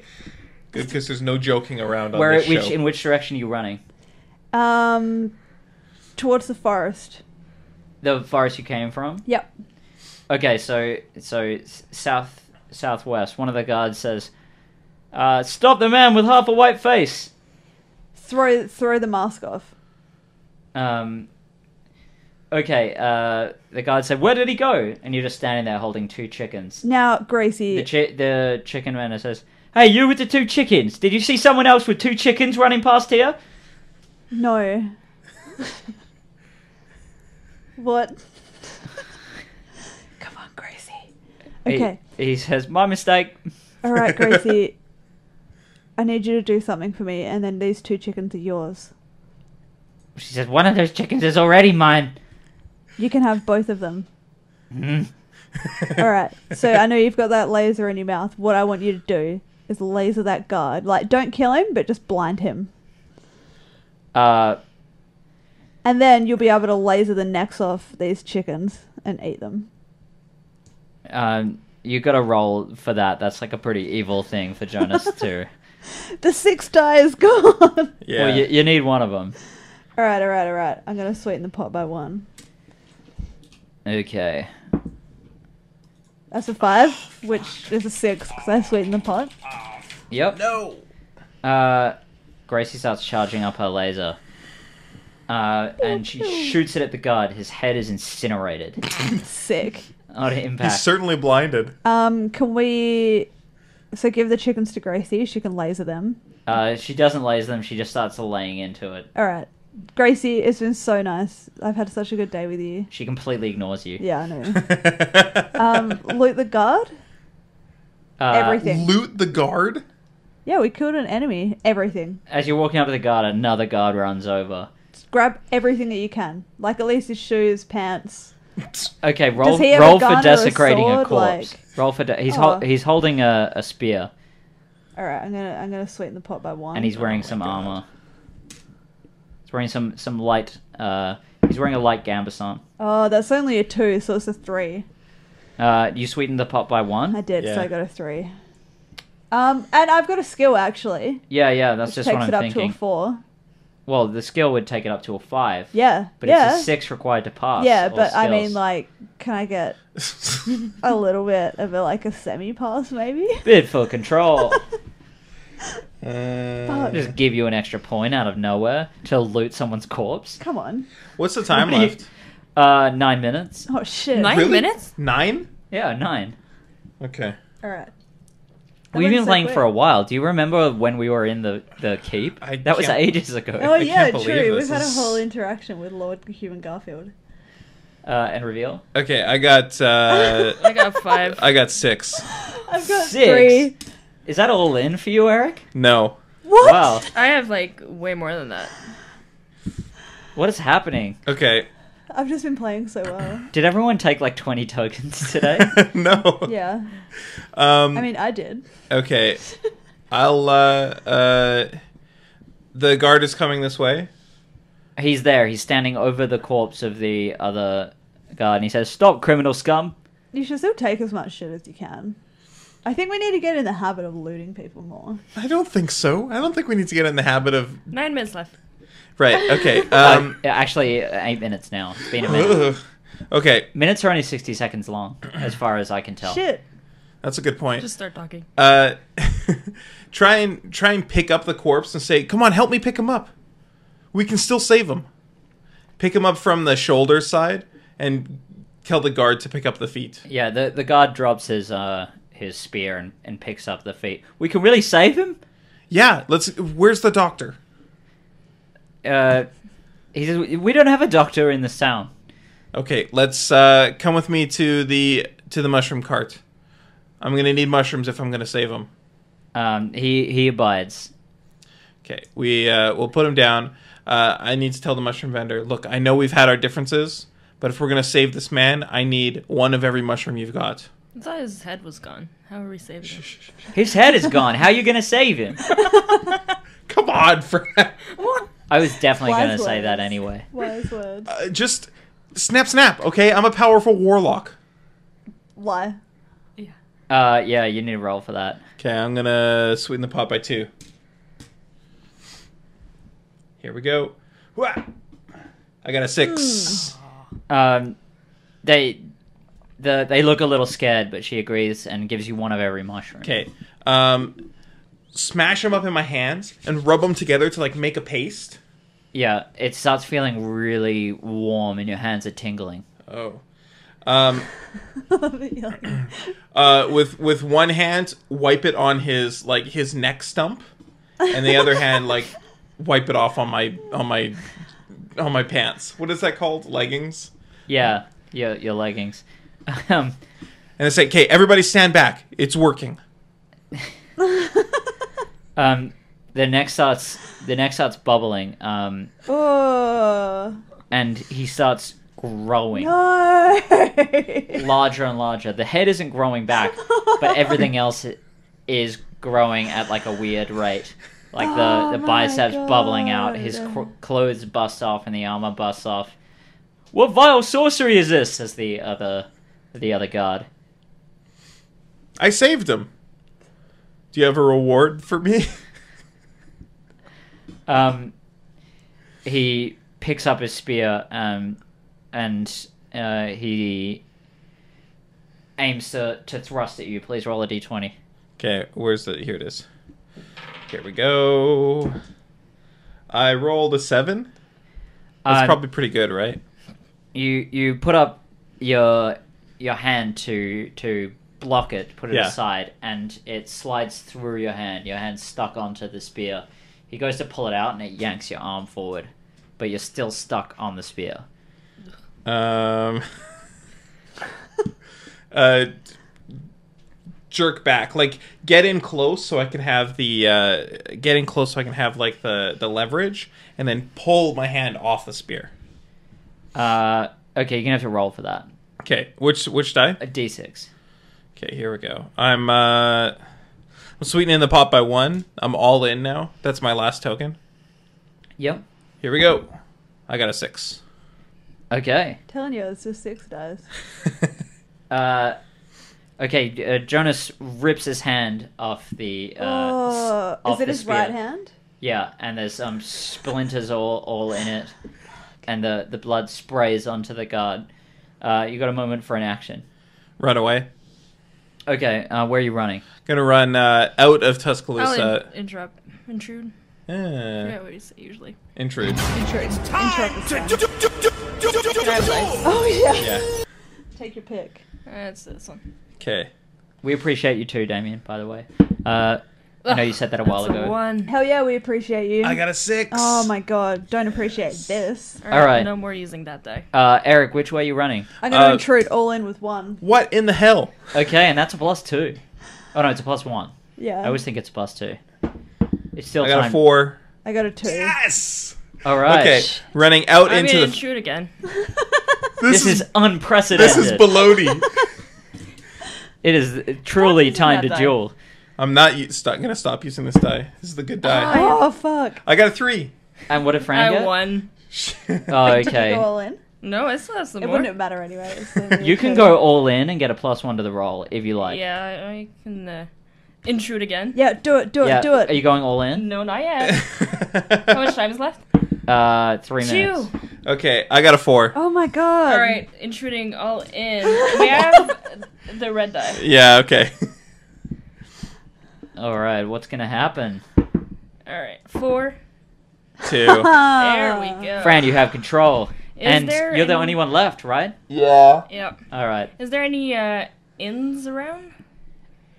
B: because there's no joking around on
A: where,
B: this
A: which,
B: show.
A: in which direction are you running?
C: um, towards the forest.
A: The forest you came from.
C: Yep.
A: Okay, so so s- south southwest. One of the guards says, uh, "Stop the man with half a white face."
C: Throw throw the mask off.
A: Um, okay, uh, the guard said, "Where did he go?" And you're just standing there holding two chickens.
C: Now,
A: The
C: Gracie,
A: chi- the chicken vendor says, "Hey, you with the two chickens? Did you see someone else with two chickens running past here?"
C: no. what? Come on, Gracie.
A: He-
C: Okay.
A: He, says, "My mistake."
C: All right, Gracie. I need you to do something for me, and then these two chickens are yours.
A: She says, "One of those chickens is already mine."
C: You can have both of them.
A: Hmm.
C: All right. So I know you've got that laser in your mouth. What I want you to do is laser that guard. Like, don't kill him, but just blind him,
A: Uh,
C: and then you'll be able to laser the necks off these chickens and eat them.
A: um, you got to roll for that. That's like a pretty evil thing for Jonas to.
C: The six die is gone.
B: yeah.
A: Well, you, you need one of them.
C: all right. All right. All right. I'm gonna sweeten the pot by one.
A: Okay.
C: That's a five, which is a six because I sweeten the pot.
A: Yep.
B: No.
A: Uh, Gracie starts charging up her laser. Uh, and
C: Oh,
A: she shoots it at the guard. His head is incinerated
C: Sick.
A: on impact.
B: He's certainly blinded.
C: Um, can we So give the chickens to Gracie. She can laser them.
A: Uh, she doesn't laser them. She just starts laying into it.
C: All right. Gracie, it's been so nice. I've had such a good day with you.
A: She completely ignores you.
C: Yeah, I know. um, loot the guard.
A: Uh,
C: Everything.
B: Loot the guard?
C: Yeah, we killed an enemy. Everything.
A: As you're walking up to the guard, another guard runs over.
C: Grab everything that you can. Like at least his shoes, pants.
A: Okay, roll,
C: Does he have a
A: roll
C: gun or
A: for
C: a
A: desecrating a,
C: sword,
A: corpse.
C: like-
A: Roll for de- he's hol-
C: Oh.
A: he's holding a, a spear
C: All right, I'm gonna I'm gonna sweeten the pot by one.
A: and he's wearing
B: my
A: some
B: God.
A: armor. He's wearing some some light. Uh, he's wearing a light gambeson.
C: Oh, that's only a two, so it's a three.
A: Uh, you sweeten the pot by
C: I
A: one.
C: did, so I
B: Yeah.
C: got a three. Um, and I've got a skill actually.
A: Yeah, yeah, that's
C: which
A: just
C: takes
A: what I'm
C: it up
A: thinking.
C: to a four.
A: Well, the skill would take it up to a five.
C: Yeah,
A: But
C: yeah,
A: it's a six required to pass.
C: yeah.
A: all
C: But I mean,
A: skills.
C: like, can I get a little bit of a, like a semi pass maybe?
A: Bid for control.
B: Uh,
A: just give you an extra point out of nowhere to loot someone's corpse.
C: Come on.
B: what's the time
A: What are you-
B: left?
A: Uh, nine minutes.
C: Oh shit.
F: Nine
B: Really?
F: minutes?
B: Nine?
A: Yeah, nine.
B: Okay.
C: All right. That
A: We've
C: went
A: been
C: so
A: playing for a
C: quick.
A: while. Do you remember when we were in the the keep?
B: I
A: that was
B: can't-
A: ages ago.
C: Oh
B: I
C: yeah,
B: can't believe
C: true. We've
B: this
C: had a
B: is-
C: whole interaction with Lord Human Garfield.
A: Uh, and reveal.
B: Okay, I got uh
F: I got five.
B: I got six.
C: I've got
A: Six.
C: three.
A: Is that all in for you, Eric?
B: No.
C: What?
A: Wow.
F: I have like way more than that.
A: What is happening?
B: Okay.
C: I've just been playing so well.
A: Did everyone take like twenty tokens today?
B: no.
C: Yeah.
B: Um
C: I mean, I did.
B: okay. I'll uh uh the guard is coming this way.
A: He's there. He's standing over the corpse of the other guard, and he says, "Stop, criminal scum."
C: You should still take as much shit as you can. I think we need to get in the habit of looting people more.
B: I don't think so. I don't think we need to get in the habit of
F: Nine minutes left.
B: Right, okay.
A: Um,
B: Um
A: actually, eight minutes now. It's been a minute.
B: ugh. Okay,
A: Minutes are only sixty seconds long, as far as I can tell.
C: Shit.
B: that's a good point.
F: Just start talking.
B: Uh, try and try and pick up the corpse and say, "Come on, help me pick him up. We can still save him." Pick him up from the shoulder side and tell the guard to pick up the feet.
A: Yeah, the the guard drops his uh his spear and, and picks up the feet. We can really save him.
B: Yeah, let's. Where's the doctor?
A: Uh, he says we don't have a doctor in this town.
B: Okay, let's uh, come with me to the to the mushroom cart. I'm gonna need mushrooms if I'm gonna save him.
A: Um, he he abides.
B: Okay, we uh, we'll put him down. Uh, I need to tell the mushroom vendor. Look, I know we've had our differences, but if we're gonna save this man, I need one of every mushroom you've got.
F: I thought his head was gone. How are we saving him?
A: His head is gone. How you gonna save him?
B: Come on, Fred. Uh,
A: I was definitely
C: Wise
A: gonna say that
C: words.
A: anyway.
C: Wise words.
B: Uh, just snap, snap. Okay, I'm a powerful warlock.
C: Lie.
A: Uh, yeah, you need to roll for that.
B: Okay, I'm gonna sweeten the pot by two. Here we go. Wah! I got a six.
A: Um, they the they look a little scared, but she agrees and gives you one of every mushroom.
B: Okay, um, smash them up in my hands and rub them together to like make a paste.
A: Yeah, it starts feeling really warm and your hands are tingling.
B: Oh. Um,
C: You're
B: uh, with with one hand, wipe it on his like his neck stump, and the other hand, like wipe it off on my on my on my pants. What is that called? Leggings.
A: Yeah, your your leggings. Um,
B: And I say, "Okay, everybody stand back. It's working."
A: um, the neck starts the neck starts bubbling. Um,
C: oh
A: and he starts growing
C: no!
A: larger and larger. The head isn't growing back, but everything else i- is growing at like a weird rate. Like the,
C: Oh
A: the
C: my
A: biceps bubbling out, his
C: God.
A: cr- clothes bust off, and the armor busts off. What vile sorcery is this? Says the other, the other guard.
B: I saved him. Do you have a reward for me?
A: Um, he picks up his spear um, and uh, he aims to, to thrust at you. Please roll a d20.
B: Okay, where's the? Here it is. Here we go. I rolled a seven. That's
A: Um,
B: probably pretty good, right?
A: you you put up your your hand to to block it, put it
B: Yeah.
A: aside, and it slides through your hand. Your hand's stuck onto the spear. He goes to pull it out, and it yanks your arm forward, but you're still stuck on the spear.
B: Um, uh, jerk back, like get in close so I can have the uh, get in close so I can have like the the leverage, and then pull my hand off the spear.
A: Uh, okay, you're gonna have to roll for that.
B: Okay, which which die?
A: A d6.
B: Okay, here we go. I'm uh, I'm sweetening the pot by one. I'm all in now. That's my last token.
A: Yep.
B: Here we go. I got a six.
A: Okay.
C: Telling you, it's just six dice.
A: Uh, okay. Uh, Jonas rips his hand off the. Uh, s-
C: oh,
A: off
C: is it
A: the
C: his
A: spear.
C: right hand?
A: Yeah, and there's um splinters all all in it, and the the blood sprays onto the guard. Uh, you got a moment for an action.
B: Run away.
A: Okay, uh, where are you running?
B: Gonna run uh, out of
F: I'll
B: Tuscaloosa.
F: Oh, in- interrupt. Intrude.
B: Eh,
F: Yeah, what do you say usually?
B: intrude.
C: Interrupt this
E: Time
C: guy.
E: to do do do do do do do.
C: Oh yeah.
B: Yeah.
C: Take your pick.
F: That's Uh, this one.
B: Okay.
A: We appreciate you too, Damien. By the way, uh, I know you said that a while
F: That's
A: ago.
F: one.
C: Hell yeah, we appreciate you.
B: got a six.
C: Oh my god, don't appreciate this.
F: All
A: right.
F: No more using that die.
A: Uh, Eric, which way are you running?
C: I'm gonna
B: Uh,
C: intrude all in with one.
B: What in the hell?
A: Okay, and that's a plus two. Oh no, it's a plus one.
C: Yeah.
A: I always think it's a plus two. It's still
B: I got
A: time.
B: a four.
C: I got a two.
E: Yes.
A: All right.
B: Okay, running out
F: I'm
B: into
F: gonna
B: the.
F: intrude again.
A: This, is, unprecedented.
B: this is baloney.
A: it is truly
F: What is
A: time
F: that
A: to
F: thing?
A: duel.
B: I'm not u- st- gonna stop using this die. This is the good die.
C: Oh fuck.
B: I got a three.
A: And what did Fran
F: I
A: get?
F: won.
A: Oh,
C: Did you
A: okay.
C: go all in?
F: No, I still have some
C: It
F: more.
C: wouldn't matter anyway. it's the
A: You can
C: two.
A: go all in and get a plus one to the roll if you like.
F: Yeah, I, I can uh, intrude again.
C: Yeah, do it, do it,
A: Yeah,
C: do
A: Are
C: it.
A: you going all in?
F: No, not yet. How much time is left?
A: Uh, three minutes.
F: Two.
B: okay, I got a four.
C: Oh my god.
F: All right, intruding all in. We have the red die.
B: Yeah. Okay.
A: All right, what's gonna happen?
F: All right, four.
B: Two.
F: There
C: Ah.
F: we go.
A: Fran, you have control, and you're
F: there
A: the
F: any-
A: only one left, right?
B: yeah.
F: Yep.
A: All right.
F: Is there any uh, inns around?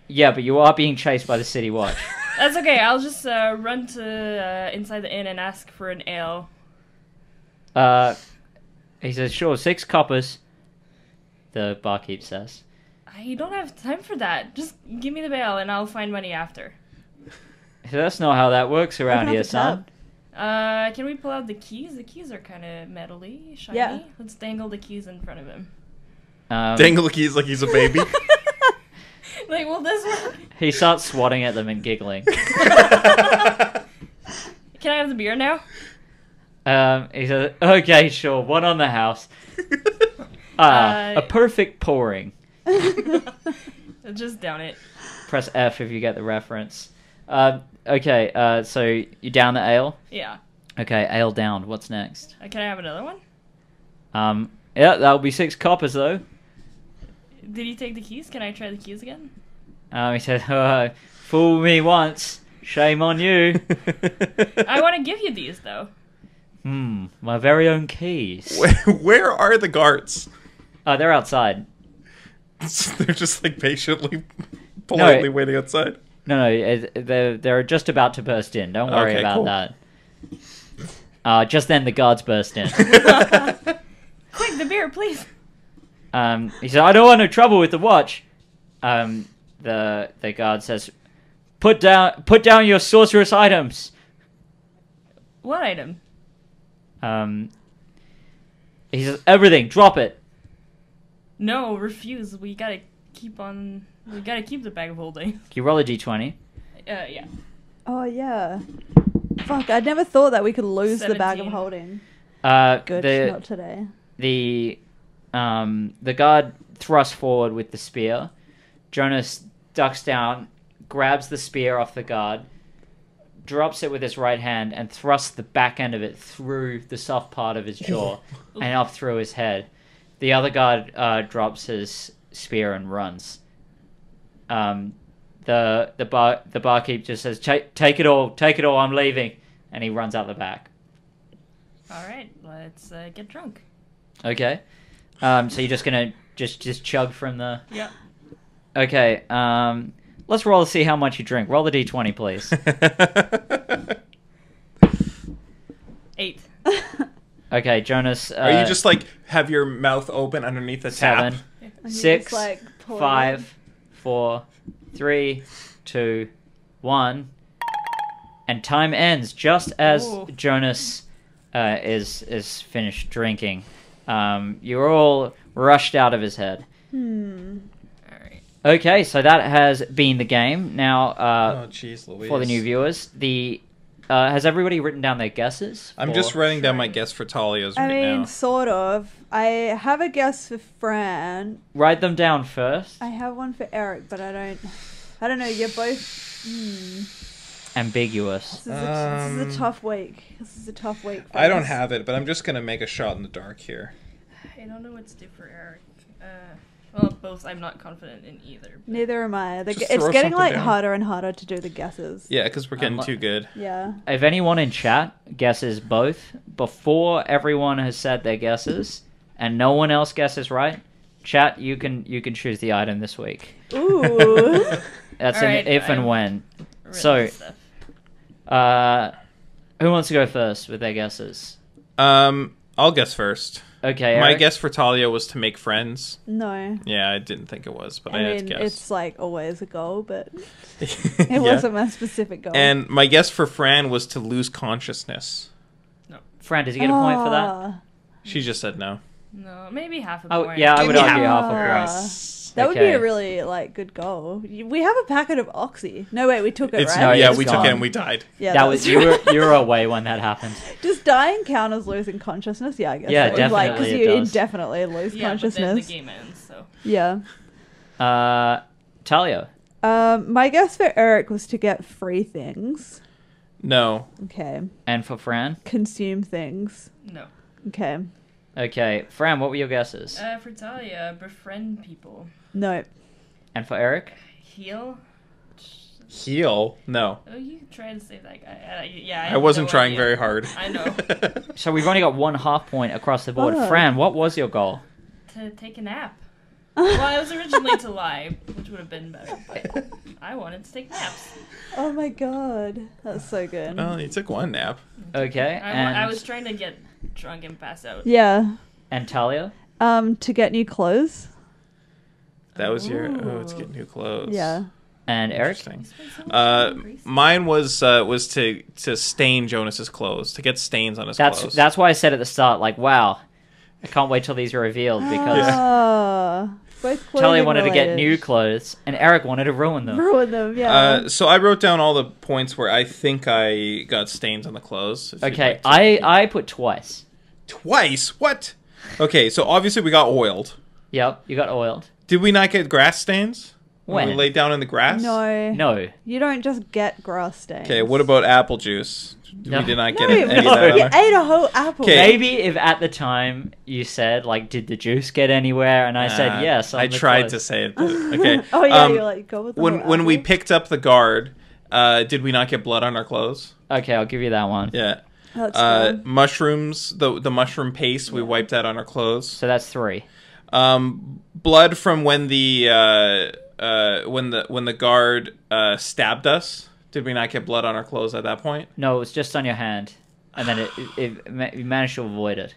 A: Yeah, but you are being chased by the city watch.
F: That's okay. I'll just uh, run to uh, inside the inn and ask for an ale.
A: Uh, he says, "Sure, six coppers." The barkeep says,
F: I don't have time for that. Just give me the bail and I'll find money after.
A: "So "That's not how that works around
C: Open up
A: here,
C: the
A: son."
C: tab.
F: Uh, can we pull out the keys? The keys are kind of metally, shiny.
C: Yeah.
F: Let's dangle the keys in front of him.
A: Um,
B: Dangle the keys like he's a baby.
F: Like, well, this one.
A: He starts swatting at them and giggling.
F: Can I have the beer now?
A: Um, he says, "Okay, sure, one on the house." Ah,
F: Uh,
A: a perfect pouring.
F: Just down it.
A: Press F if you get the reference. Um, okay, uh, so you down the ale.
F: Yeah.
A: Okay, ale down. What's next?
F: Uh, Can I have another one?
A: Um, yeah, that'll be six coppers though.
F: Did he take the keys? Can I try the keys again?
A: Um, he said, oh, "Fool me once, shame on you."
F: I want to give you these though.
A: Hmm, my very own keys.
B: Where, where are the guards?
A: Oh, they're outside.
B: They're just like patiently, politely
A: it-
B: waiting outside.
A: No, no, it- they're they're just about to burst in. Don't worry
B: Okay,
A: about
B: cool.
A: that. Uh, just then the guards burst in.
F: Quick, the beer, please.
A: Um, he said, "I don't want no trouble with the watch." Um, the the guard says, "Put down, put down your sorcerous items."
F: What item?
A: Um, he says, "Everything, drop it."
F: No, refuse. We gotta keep on. We gotta keep the bag of holding.
A: You roll a d twenty.
F: Uh, yeah.
C: Oh yeah. Fuck, I never thought that we could lose the bag of
F: 17.
C: holding.
A: Uh,
C: Good,
A: the
C: not today.
A: the um the guard thrusts forward with the spear. Jonas ducks down, grabs the spear off the guard, drops it with his right hand, and thrusts the back end of it through the soft part of his jaw and up through his head. The other guard uh, drops his spear and runs. Um, the the bar the barkeep just says, "Ta- "Take it all, take it all. I'm leaving," and he runs out the back.
F: All right. Let's uh, get drunk.
A: Okay. Um, so you're just gonna just just chug from the
F: Yep.
A: Okay, um, let's roll to see how much you drink. Roll the d20, please.
F: Eight.
A: Okay, Jonas. Uh,
B: Are you just like have your mouth open underneath the tap?
A: seven,
C: And you
A: six,
C: just, like, pour it
A: five, four, three, two, one, and time ends just as
F: Ooh.
A: Jonas uh, is is finished drinking. Um, you're all rushed out of his head.
C: in.
F: All right.
A: Okay, so that has been the game. Now, uh,
B: oh, jeez, Louise.
A: for the new viewers, the uh, has everybody written down their guesses?
B: I'm
A: for-
B: just writing down my guess for Talios
C: Hmm. I
B: right
C: mean,
B: now.
C: sort of. I have a guess for Fran.
A: write them down first.
C: I have one for Eric, but I don't. I don't know. You're both. Hmm.
A: Ambiguous.
C: This is, a, this is
B: Um,
C: a tough week. This is a tough week. for
B: I don't
C: us.
B: have it, but I'm just gonna make a shot in the dark here.
F: I don't know what to do for Eric. Uh, well, both. I'm not confident in either.
C: Neither am I. The,
B: Just
C: gu- it's
B: throw
C: getting
B: something
C: like
B: down.
C: harder and harder to do the guesses.
B: Yeah, because we're getting
A: Unlo-
B: too good.
C: Yeah.
A: If anyone in chat guesses both before everyone has said their guesses and no one else guesses right, chat you can you can choose the item this week.
C: Ooh.
A: That's
F: All
A: an
F: right,
A: if
F: I'm-
A: and when.
F: Written
A: So-
F: stuff.
A: Uh, who wants to go first with their guesses?
B: Um, I'll guess first.
A: Okay,
B: My
A: Eric?
B: guess for Talia was to make friends.
C: no.
B: Yeah, I didn't think it was, but I,
C: I
B: had
C: mean,
B: to
C: it's
B: guess.
C: like always a goal, but
B: it
C: it wasn't my specific goal.
B: And my guess for Fran was to lose consciousness.
A: Fran, does he get a point for that?
C: Ah,
B: She just said no.
F: No, maybe half a
A: Oh,
F: point.
A: yeah, I would argue half a
C: Ah.
A: point.
C: That would be
A: Okay.
C: a really like good goal. You- We have a packet of oxy. No, wait, we took it,
B: It's
C: right?
A: No,
B: yeah,
A: it's
B: we
A: gone.
B: took it and we died.
C: Yeah,
A: that was you
C: right.
A: were you were away when that happened.
C: Does dying count as losing consciousness? Yeah, I guess.
A: Yeah,
C: so. It's Like,
A: definitely it
C: you
A: does.
C: indefinitely lose
F: Yeah, but then the
C: consciousness.
F: game ends. So
C: yeah.
A: Uh, Talia.
C: Um, my guess for Eric was to get free things.
B: No.
C: Okay.
A: And for Fran?
C: Consume things.
F: no.
C: Okay.
A: Okay. Fran, what were your guesses?
F: Uh, for Talia, befriend people,
C: No.
A: and for Eric?
F: heal.
B: Heal? No.
F: Oh, you tried to say that guy. I- I- yeah, I,
B: I
F: have
B: wasn't
F: no
B: trying
F: idea.
B: very hard.
F: I know.
A: So we've only got one half point across the board.
C: Oh.
A: Fran, what was your goal?
F: to take a nap. Well, it was originally to lie, which would have been better. But I wanted to take naps.
C: Oh my god. That's so good.
B: well, you took one nap.
A: Okay,
F: I, wa-
A: and,
F: I was trying to get drunk and pass out.
C: yeah.
A: and Talia.
C: Um, to get new clothes.
B: That was your. Oh, it's
F: Ooh.
B: getting new clothes.
C: Yeah.
A: And Eric.
B: Interesting.
F: It's been so much
B: Uh,
F: time, Gracie.
B: mine was uh, was to to stain Jonas's clothes to get stains on his
A: That's
B: clothes.
A: that's why I said at the start, like, wow, I can't wait till these are revealed because
B: Yeah.
C: Ah, both
A: Talia
C: clothing
A: wanted to get
C: related.
A: new clothes and Eric wanted to ruin them.
C: Ruin them, yeah.
B: Uh, so I wrote down all the points where I think I got stains on the clothes. if you'd
A: Okay,
B: like to-
A: I I put twice.
B: twice. What? Okay, so obviously we got oiled.
A: Yep, you got oiled.
B: Did we not get grass stains we
A: When?
B: laid down in the grass?
C: no,
A: No,
C: You don't just get grass stains.
B: Okay, what about apple juice?
A: No.
B: We did not
C: No,
B: get any
A: no.
B: of that.
C: you
B: either.
C: ate a whole apple.
B: 'Kay. Hey.
A: maybe if at the time you said like, did the juice get anywhere? And I
B: Uh,
A: said yes. on
B: I
A: the
B: tried to
A: clothes.
B: say it. But, okay.
C: oh yeah,
B: um,
C: you're like go with the
B: when
A: "Oh,
C: whole
B: when we
C: apple.
B: picked up the guard, uh, did we not get blood on our clothes?
A: Okay, I'll give you that one.
B: Yeah.
C: That's
B: Uh,
C: good.
B: mushrooms, the the mushroom paste, we wiped that on our clothes.
A: So that's three.
B: Um, blood from when the uh, uh, when the when the guard uh, stabbed us. Did we not get blood on our clothes at that point?
A: No, it was just on your hand, and then it, it, it ma- you managed to avoid it.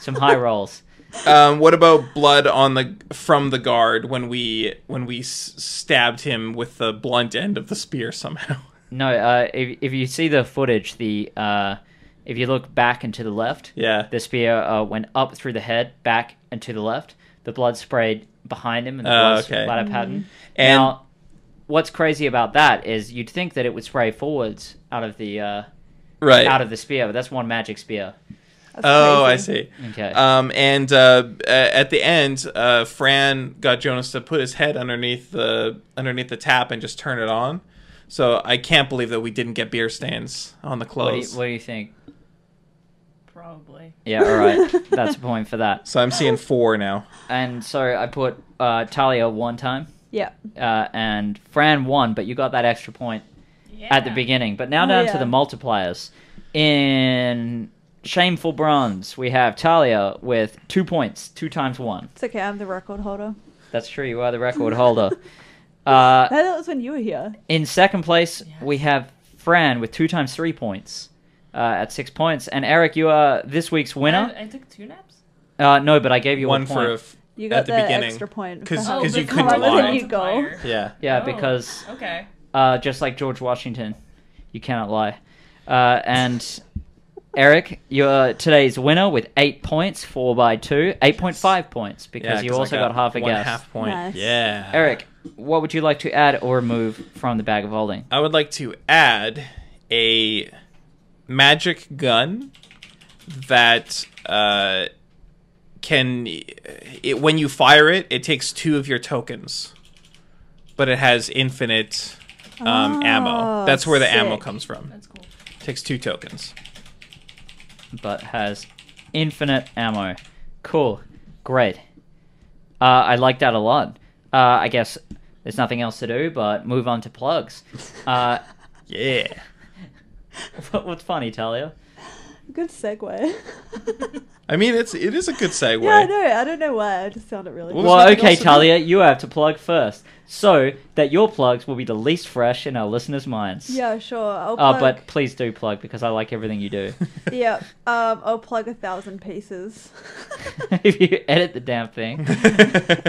A: Some high rolls.
B: Um, what about blood on the from the guard when we when we s- stabbed him with the blunt end of the spear somehow?
A: No, uh, if if you see the footage, the uh, if you look back and to the left,
B: Yeah.
A: the spear uh, went up through the head, back and to the left. The blood sprayed behind him in the
B: Oh,
A: blood
B: okay.
A: splatter pattern.
B: And-
A: now, what's crazy about that is you'd think that it would spray forwards out of the uh,
B: Right.
A: out of the spear, but that's one magic spear.
C: That's
B: oh, I
C: crazy.
B: see.
A: Okay.
B: Um, and uh, a- at the end, uh, Fran got Jonas to put his head underneath the underneath the tap and just turn it on. So I can't believe that we didn't get beer stains on the
A: what, do you,
B: clothes.
A: what do you think?
F: Probably.
A: Yeah, all right. that's a point for that.
B: So I'm seeing
C: Oh.
B: four now.
A: And so I put uh, Talia one time.
C: Yeah.
A: uh, and Fran won, but you got that extra point at the
F: Yeah.
A: beginning. But now
C: Oh,
A: down to
C: yeah.
A: the multipliers. In shameful bronze, we have Talia with two points, two times one.
C: It's okay. I'm the record holder.
A: That's true. You are the record holder. Uh,
C: I thought it was when you were here.
A: in second place, we have Fran with two times three points uh, at six points. And Eric, you are this week's winner.
D: I, I took two naps.
A: Uh, no, but I gave you
B: one
A: a
B: for a
A: point.
B: f-
C: You
B: at
C: got
B: the,
C: the,
B: beginning.
C: extra point for
B: 'Cause-
C: how-
D: Oh,
B: 'cause you
D: but
B: couldn't
D: come on,
C: lie.
D: there's a multiplier.
B: Yeah.
A: yeah,
D: Oh,
A: because
D: Okay.
A: uh, just like George Washington, you cannot lie. Uh, and Eric, you're today's winner with eight points, four by two, eight point five points because
B: Yeah,
A: you
B: 'cause I
A: also got, half a
B: one
A: guess.
B: half point.
C: Nice.
B: Yeah.
A: Eric, what would you like to add or remove from the bag of holding?
B: I would like to add a magic gun that uh, can, it, when you fire it, it takes two of your tokens, but it has infinite um, ammo.
C: Oh,
B: That's where the ammo
C: sick.
B: comes from.
D: That's cool.
B: takes two tokens.
A: But has infinite ammo. Cool, great. Uh, I like that a lot. Uh, I guess there's nothing else to do but move on to plugs. Uh,
B: Yeah.
A: what's funny, Talia?
C: Good segue.
B: I mean, it's it is a good segue.
C: yeah, I know. I don't know why. I just found it really.
B: What was
A: Well,
B: nothing
A: okay,
B: else to do.
A: Talia, you have to plug first, so that your plugs will be the least fresh in our listeners' minds.
C: Yeah, sure. I'll
A: Uh,
C: plug.
A: but please do plug because I like everything you do.
C: yeah, um, I'll plug a thousand pieces.
A: if you edit the damn thing,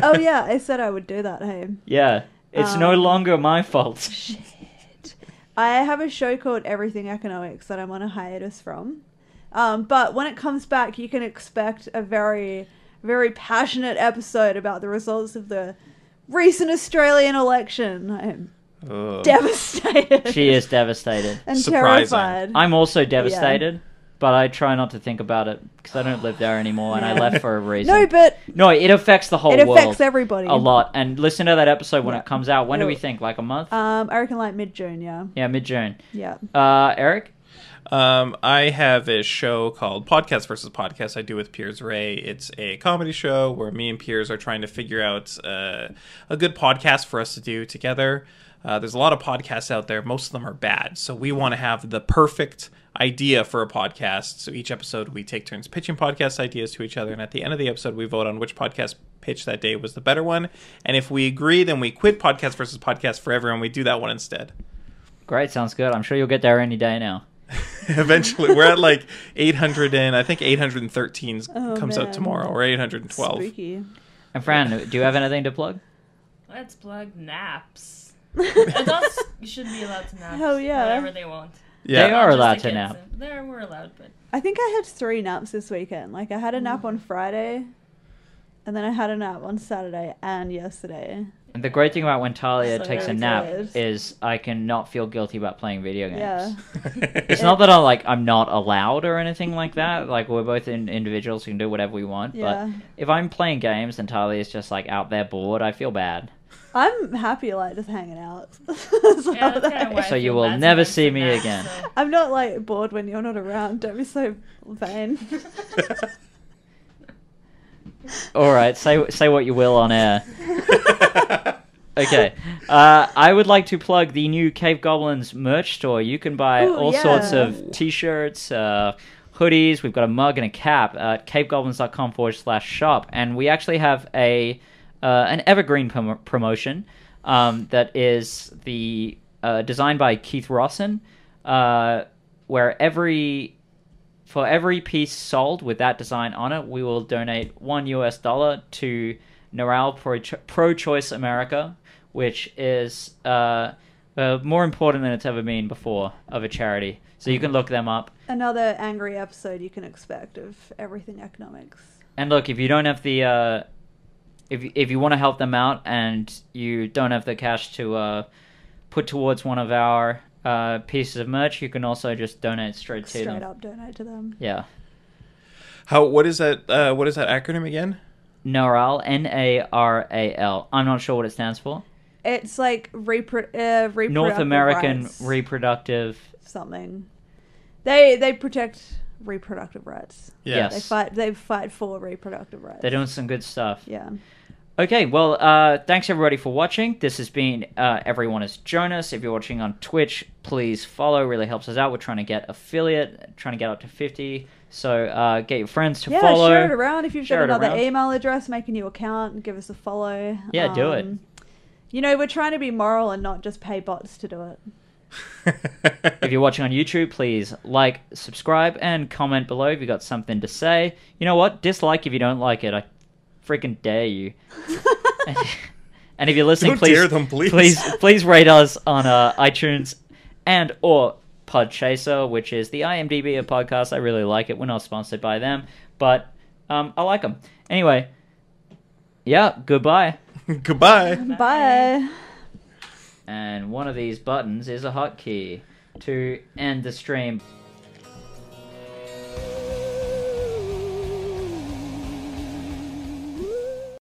C: oh yeah, I said I would do that. Hey,
A: yeah, it's no
C: Um,
A: longer my fault.
C: I have a show called Everything Economics that I'm on a hiatus from, um, but when it comes back, you can expect a very, very passionate episode about the results of the recent Australian election. I'm
B: Ugh.
C: devastated.
A: Oh. she is devastated.
C: and
B: Surprising.
C: terrified.
A: I'm also devastated, but I try not to think about it because I don't live there anymore, and I
C: Yeah.
A: left for a reason.
C: no, but
A: No, it affects the whole
C: it
A: world
C: affects everybody
A: a lot. And listen to that episode when
C: Yeah.
A: it comes out. When do we
C: It'll-
A: think? Like a month?
C: Um, I reckon like mid June. Yeah,
A: yeah, mid June.
C: yeah.
A: Uh, Eric.
B: Um, I have a show called Podcast versus Podcast I do with Piers Ray. It's a comedy show where me and Piers are trying to figure out uh, a good podcast for us to do together. Uh, there's a lot of podcasts out there. Most of them are bad. So we want to have the perfect idea for a podcast. So each episode, we take turns pitching podcast ideas to each other. And at the end of the episode, we vote on which podcast pitch that day was the better one. And if we agree, then we quit Podcast versus Podcast forever and we do that one instead.
A: Great, sounds good. I'm sure you'll get there any day now.
B: Eventually, we're at like 800 and I think 813
C: Oh,
B: comes out
C: man.
B: tomorrow or 812.
C: Spooky.
A: And Fran, do you have anything to plug?
D: Let's plug naps. Adults should be allowed to nap.
C: Hell yeah.
D: Whatever they want.
B: Yeah,
A: They are
D: Just the
A: allowed to
D: kids.
A: nap.
D: There we're allowed, but
C: I think I had three naps this weekend. Like I had a
D: Mm.
C: nap on Friday, and then I had a nap on Saturday and yesterday.
A: And the great thing about when Talia
C: So
A: takes a
C: very
A: nap
C: good.
A: is I can not feel guilty about playing video games.
C: Yeah,
A: It's not that I like I'm not allowed or anything like that. Like we're both in individuals who can do whatever we want.
C: Yeah.
A: But if I'm playing games and Talia's just like out there bored, I feel bad.
C: I'm happy like just hanging out. That's
D: yeah,
C: all
D: that's kind
C: that-
D: of why. I
A: So
D: feel
A: you will
D: bad
A: never
D: sometimes
A: see
D: for
A: me
D: naps,
A: again.
D: so-
C: I'm not like bored when you're not around. Don't be so vain.
A: All right, say say what you will on air. Okay, uh, I would like to plug the new Cave Goblins merch store. You can buy
C: Ooh,
A: all
C: yeah.
A: sorts of t-shirts, uh, hoodies. We've got a mug and a cap at cavegoblins.com forward slash shop, and we actually have a uh, an evergreen prom- promotion um, that is the uh, designed by Keith Rawson, uh, where every for every piece sold with that design on it, we will donate one US dollar to Noral Pro, Pro Choice America, which is uh, uh, more important than it's ever been before of a charity. So you can look them up.
C: Another angry episode you can expect of everything economics.
A: And look, if you don't have the, uh, if if you want to help them out and you don't have the cash to uh, put towards one of our uh, pieces of merch, you can also just donate straight to them.
C: Straight up donate to them.
A: Yeah.
B: How what is that uh, what is that acronym again?
A: NARAL, N A R A L. I'm not sure what it stands for.
C: It's like repro- uh, reproductive
A: North American
C: rights,
A: Reproductive.
C: something. They they protect reproductive rights.
A: Yes.
C: They fight. They fight for reproductive rights.
A: They're doing some good stuff.
C: Yeah.
A: Okay, well, uh, thanks everybody for watching. This has been uh, Everyone is Jonas. If you're watching on Twitch, please follow. Really helps us out. We're trying to get affiliate, trying to get up to 50. So uh, get your friends to
C: Yeah.
A: follow.
C: Share it around if you've
A: Share it
C: got another
A: around.
C: email address. Make a new account. Give us a follow.
A: Yeah, do it.
C: Um, You know, we're trying to be moral and not just pay bots to do it.
A: If you're watching on YouTube, please like, subscribe, and comment below if you got something to say. You know what? Dislike if you don't like it. I freaking dare you. and if you're listening,
B: Don't
A: please,
B: dare them, please.
A: please, please rate us on uh, iTunes and or Podchaser, which is the IMDb of podcasts. I really like it. We're not sponsored by them, but um, I like them anyway. Yeah, goodbye.
B: Goodbye.
C: Bye.
A: And one of these buttons is a hotkey to end the stream.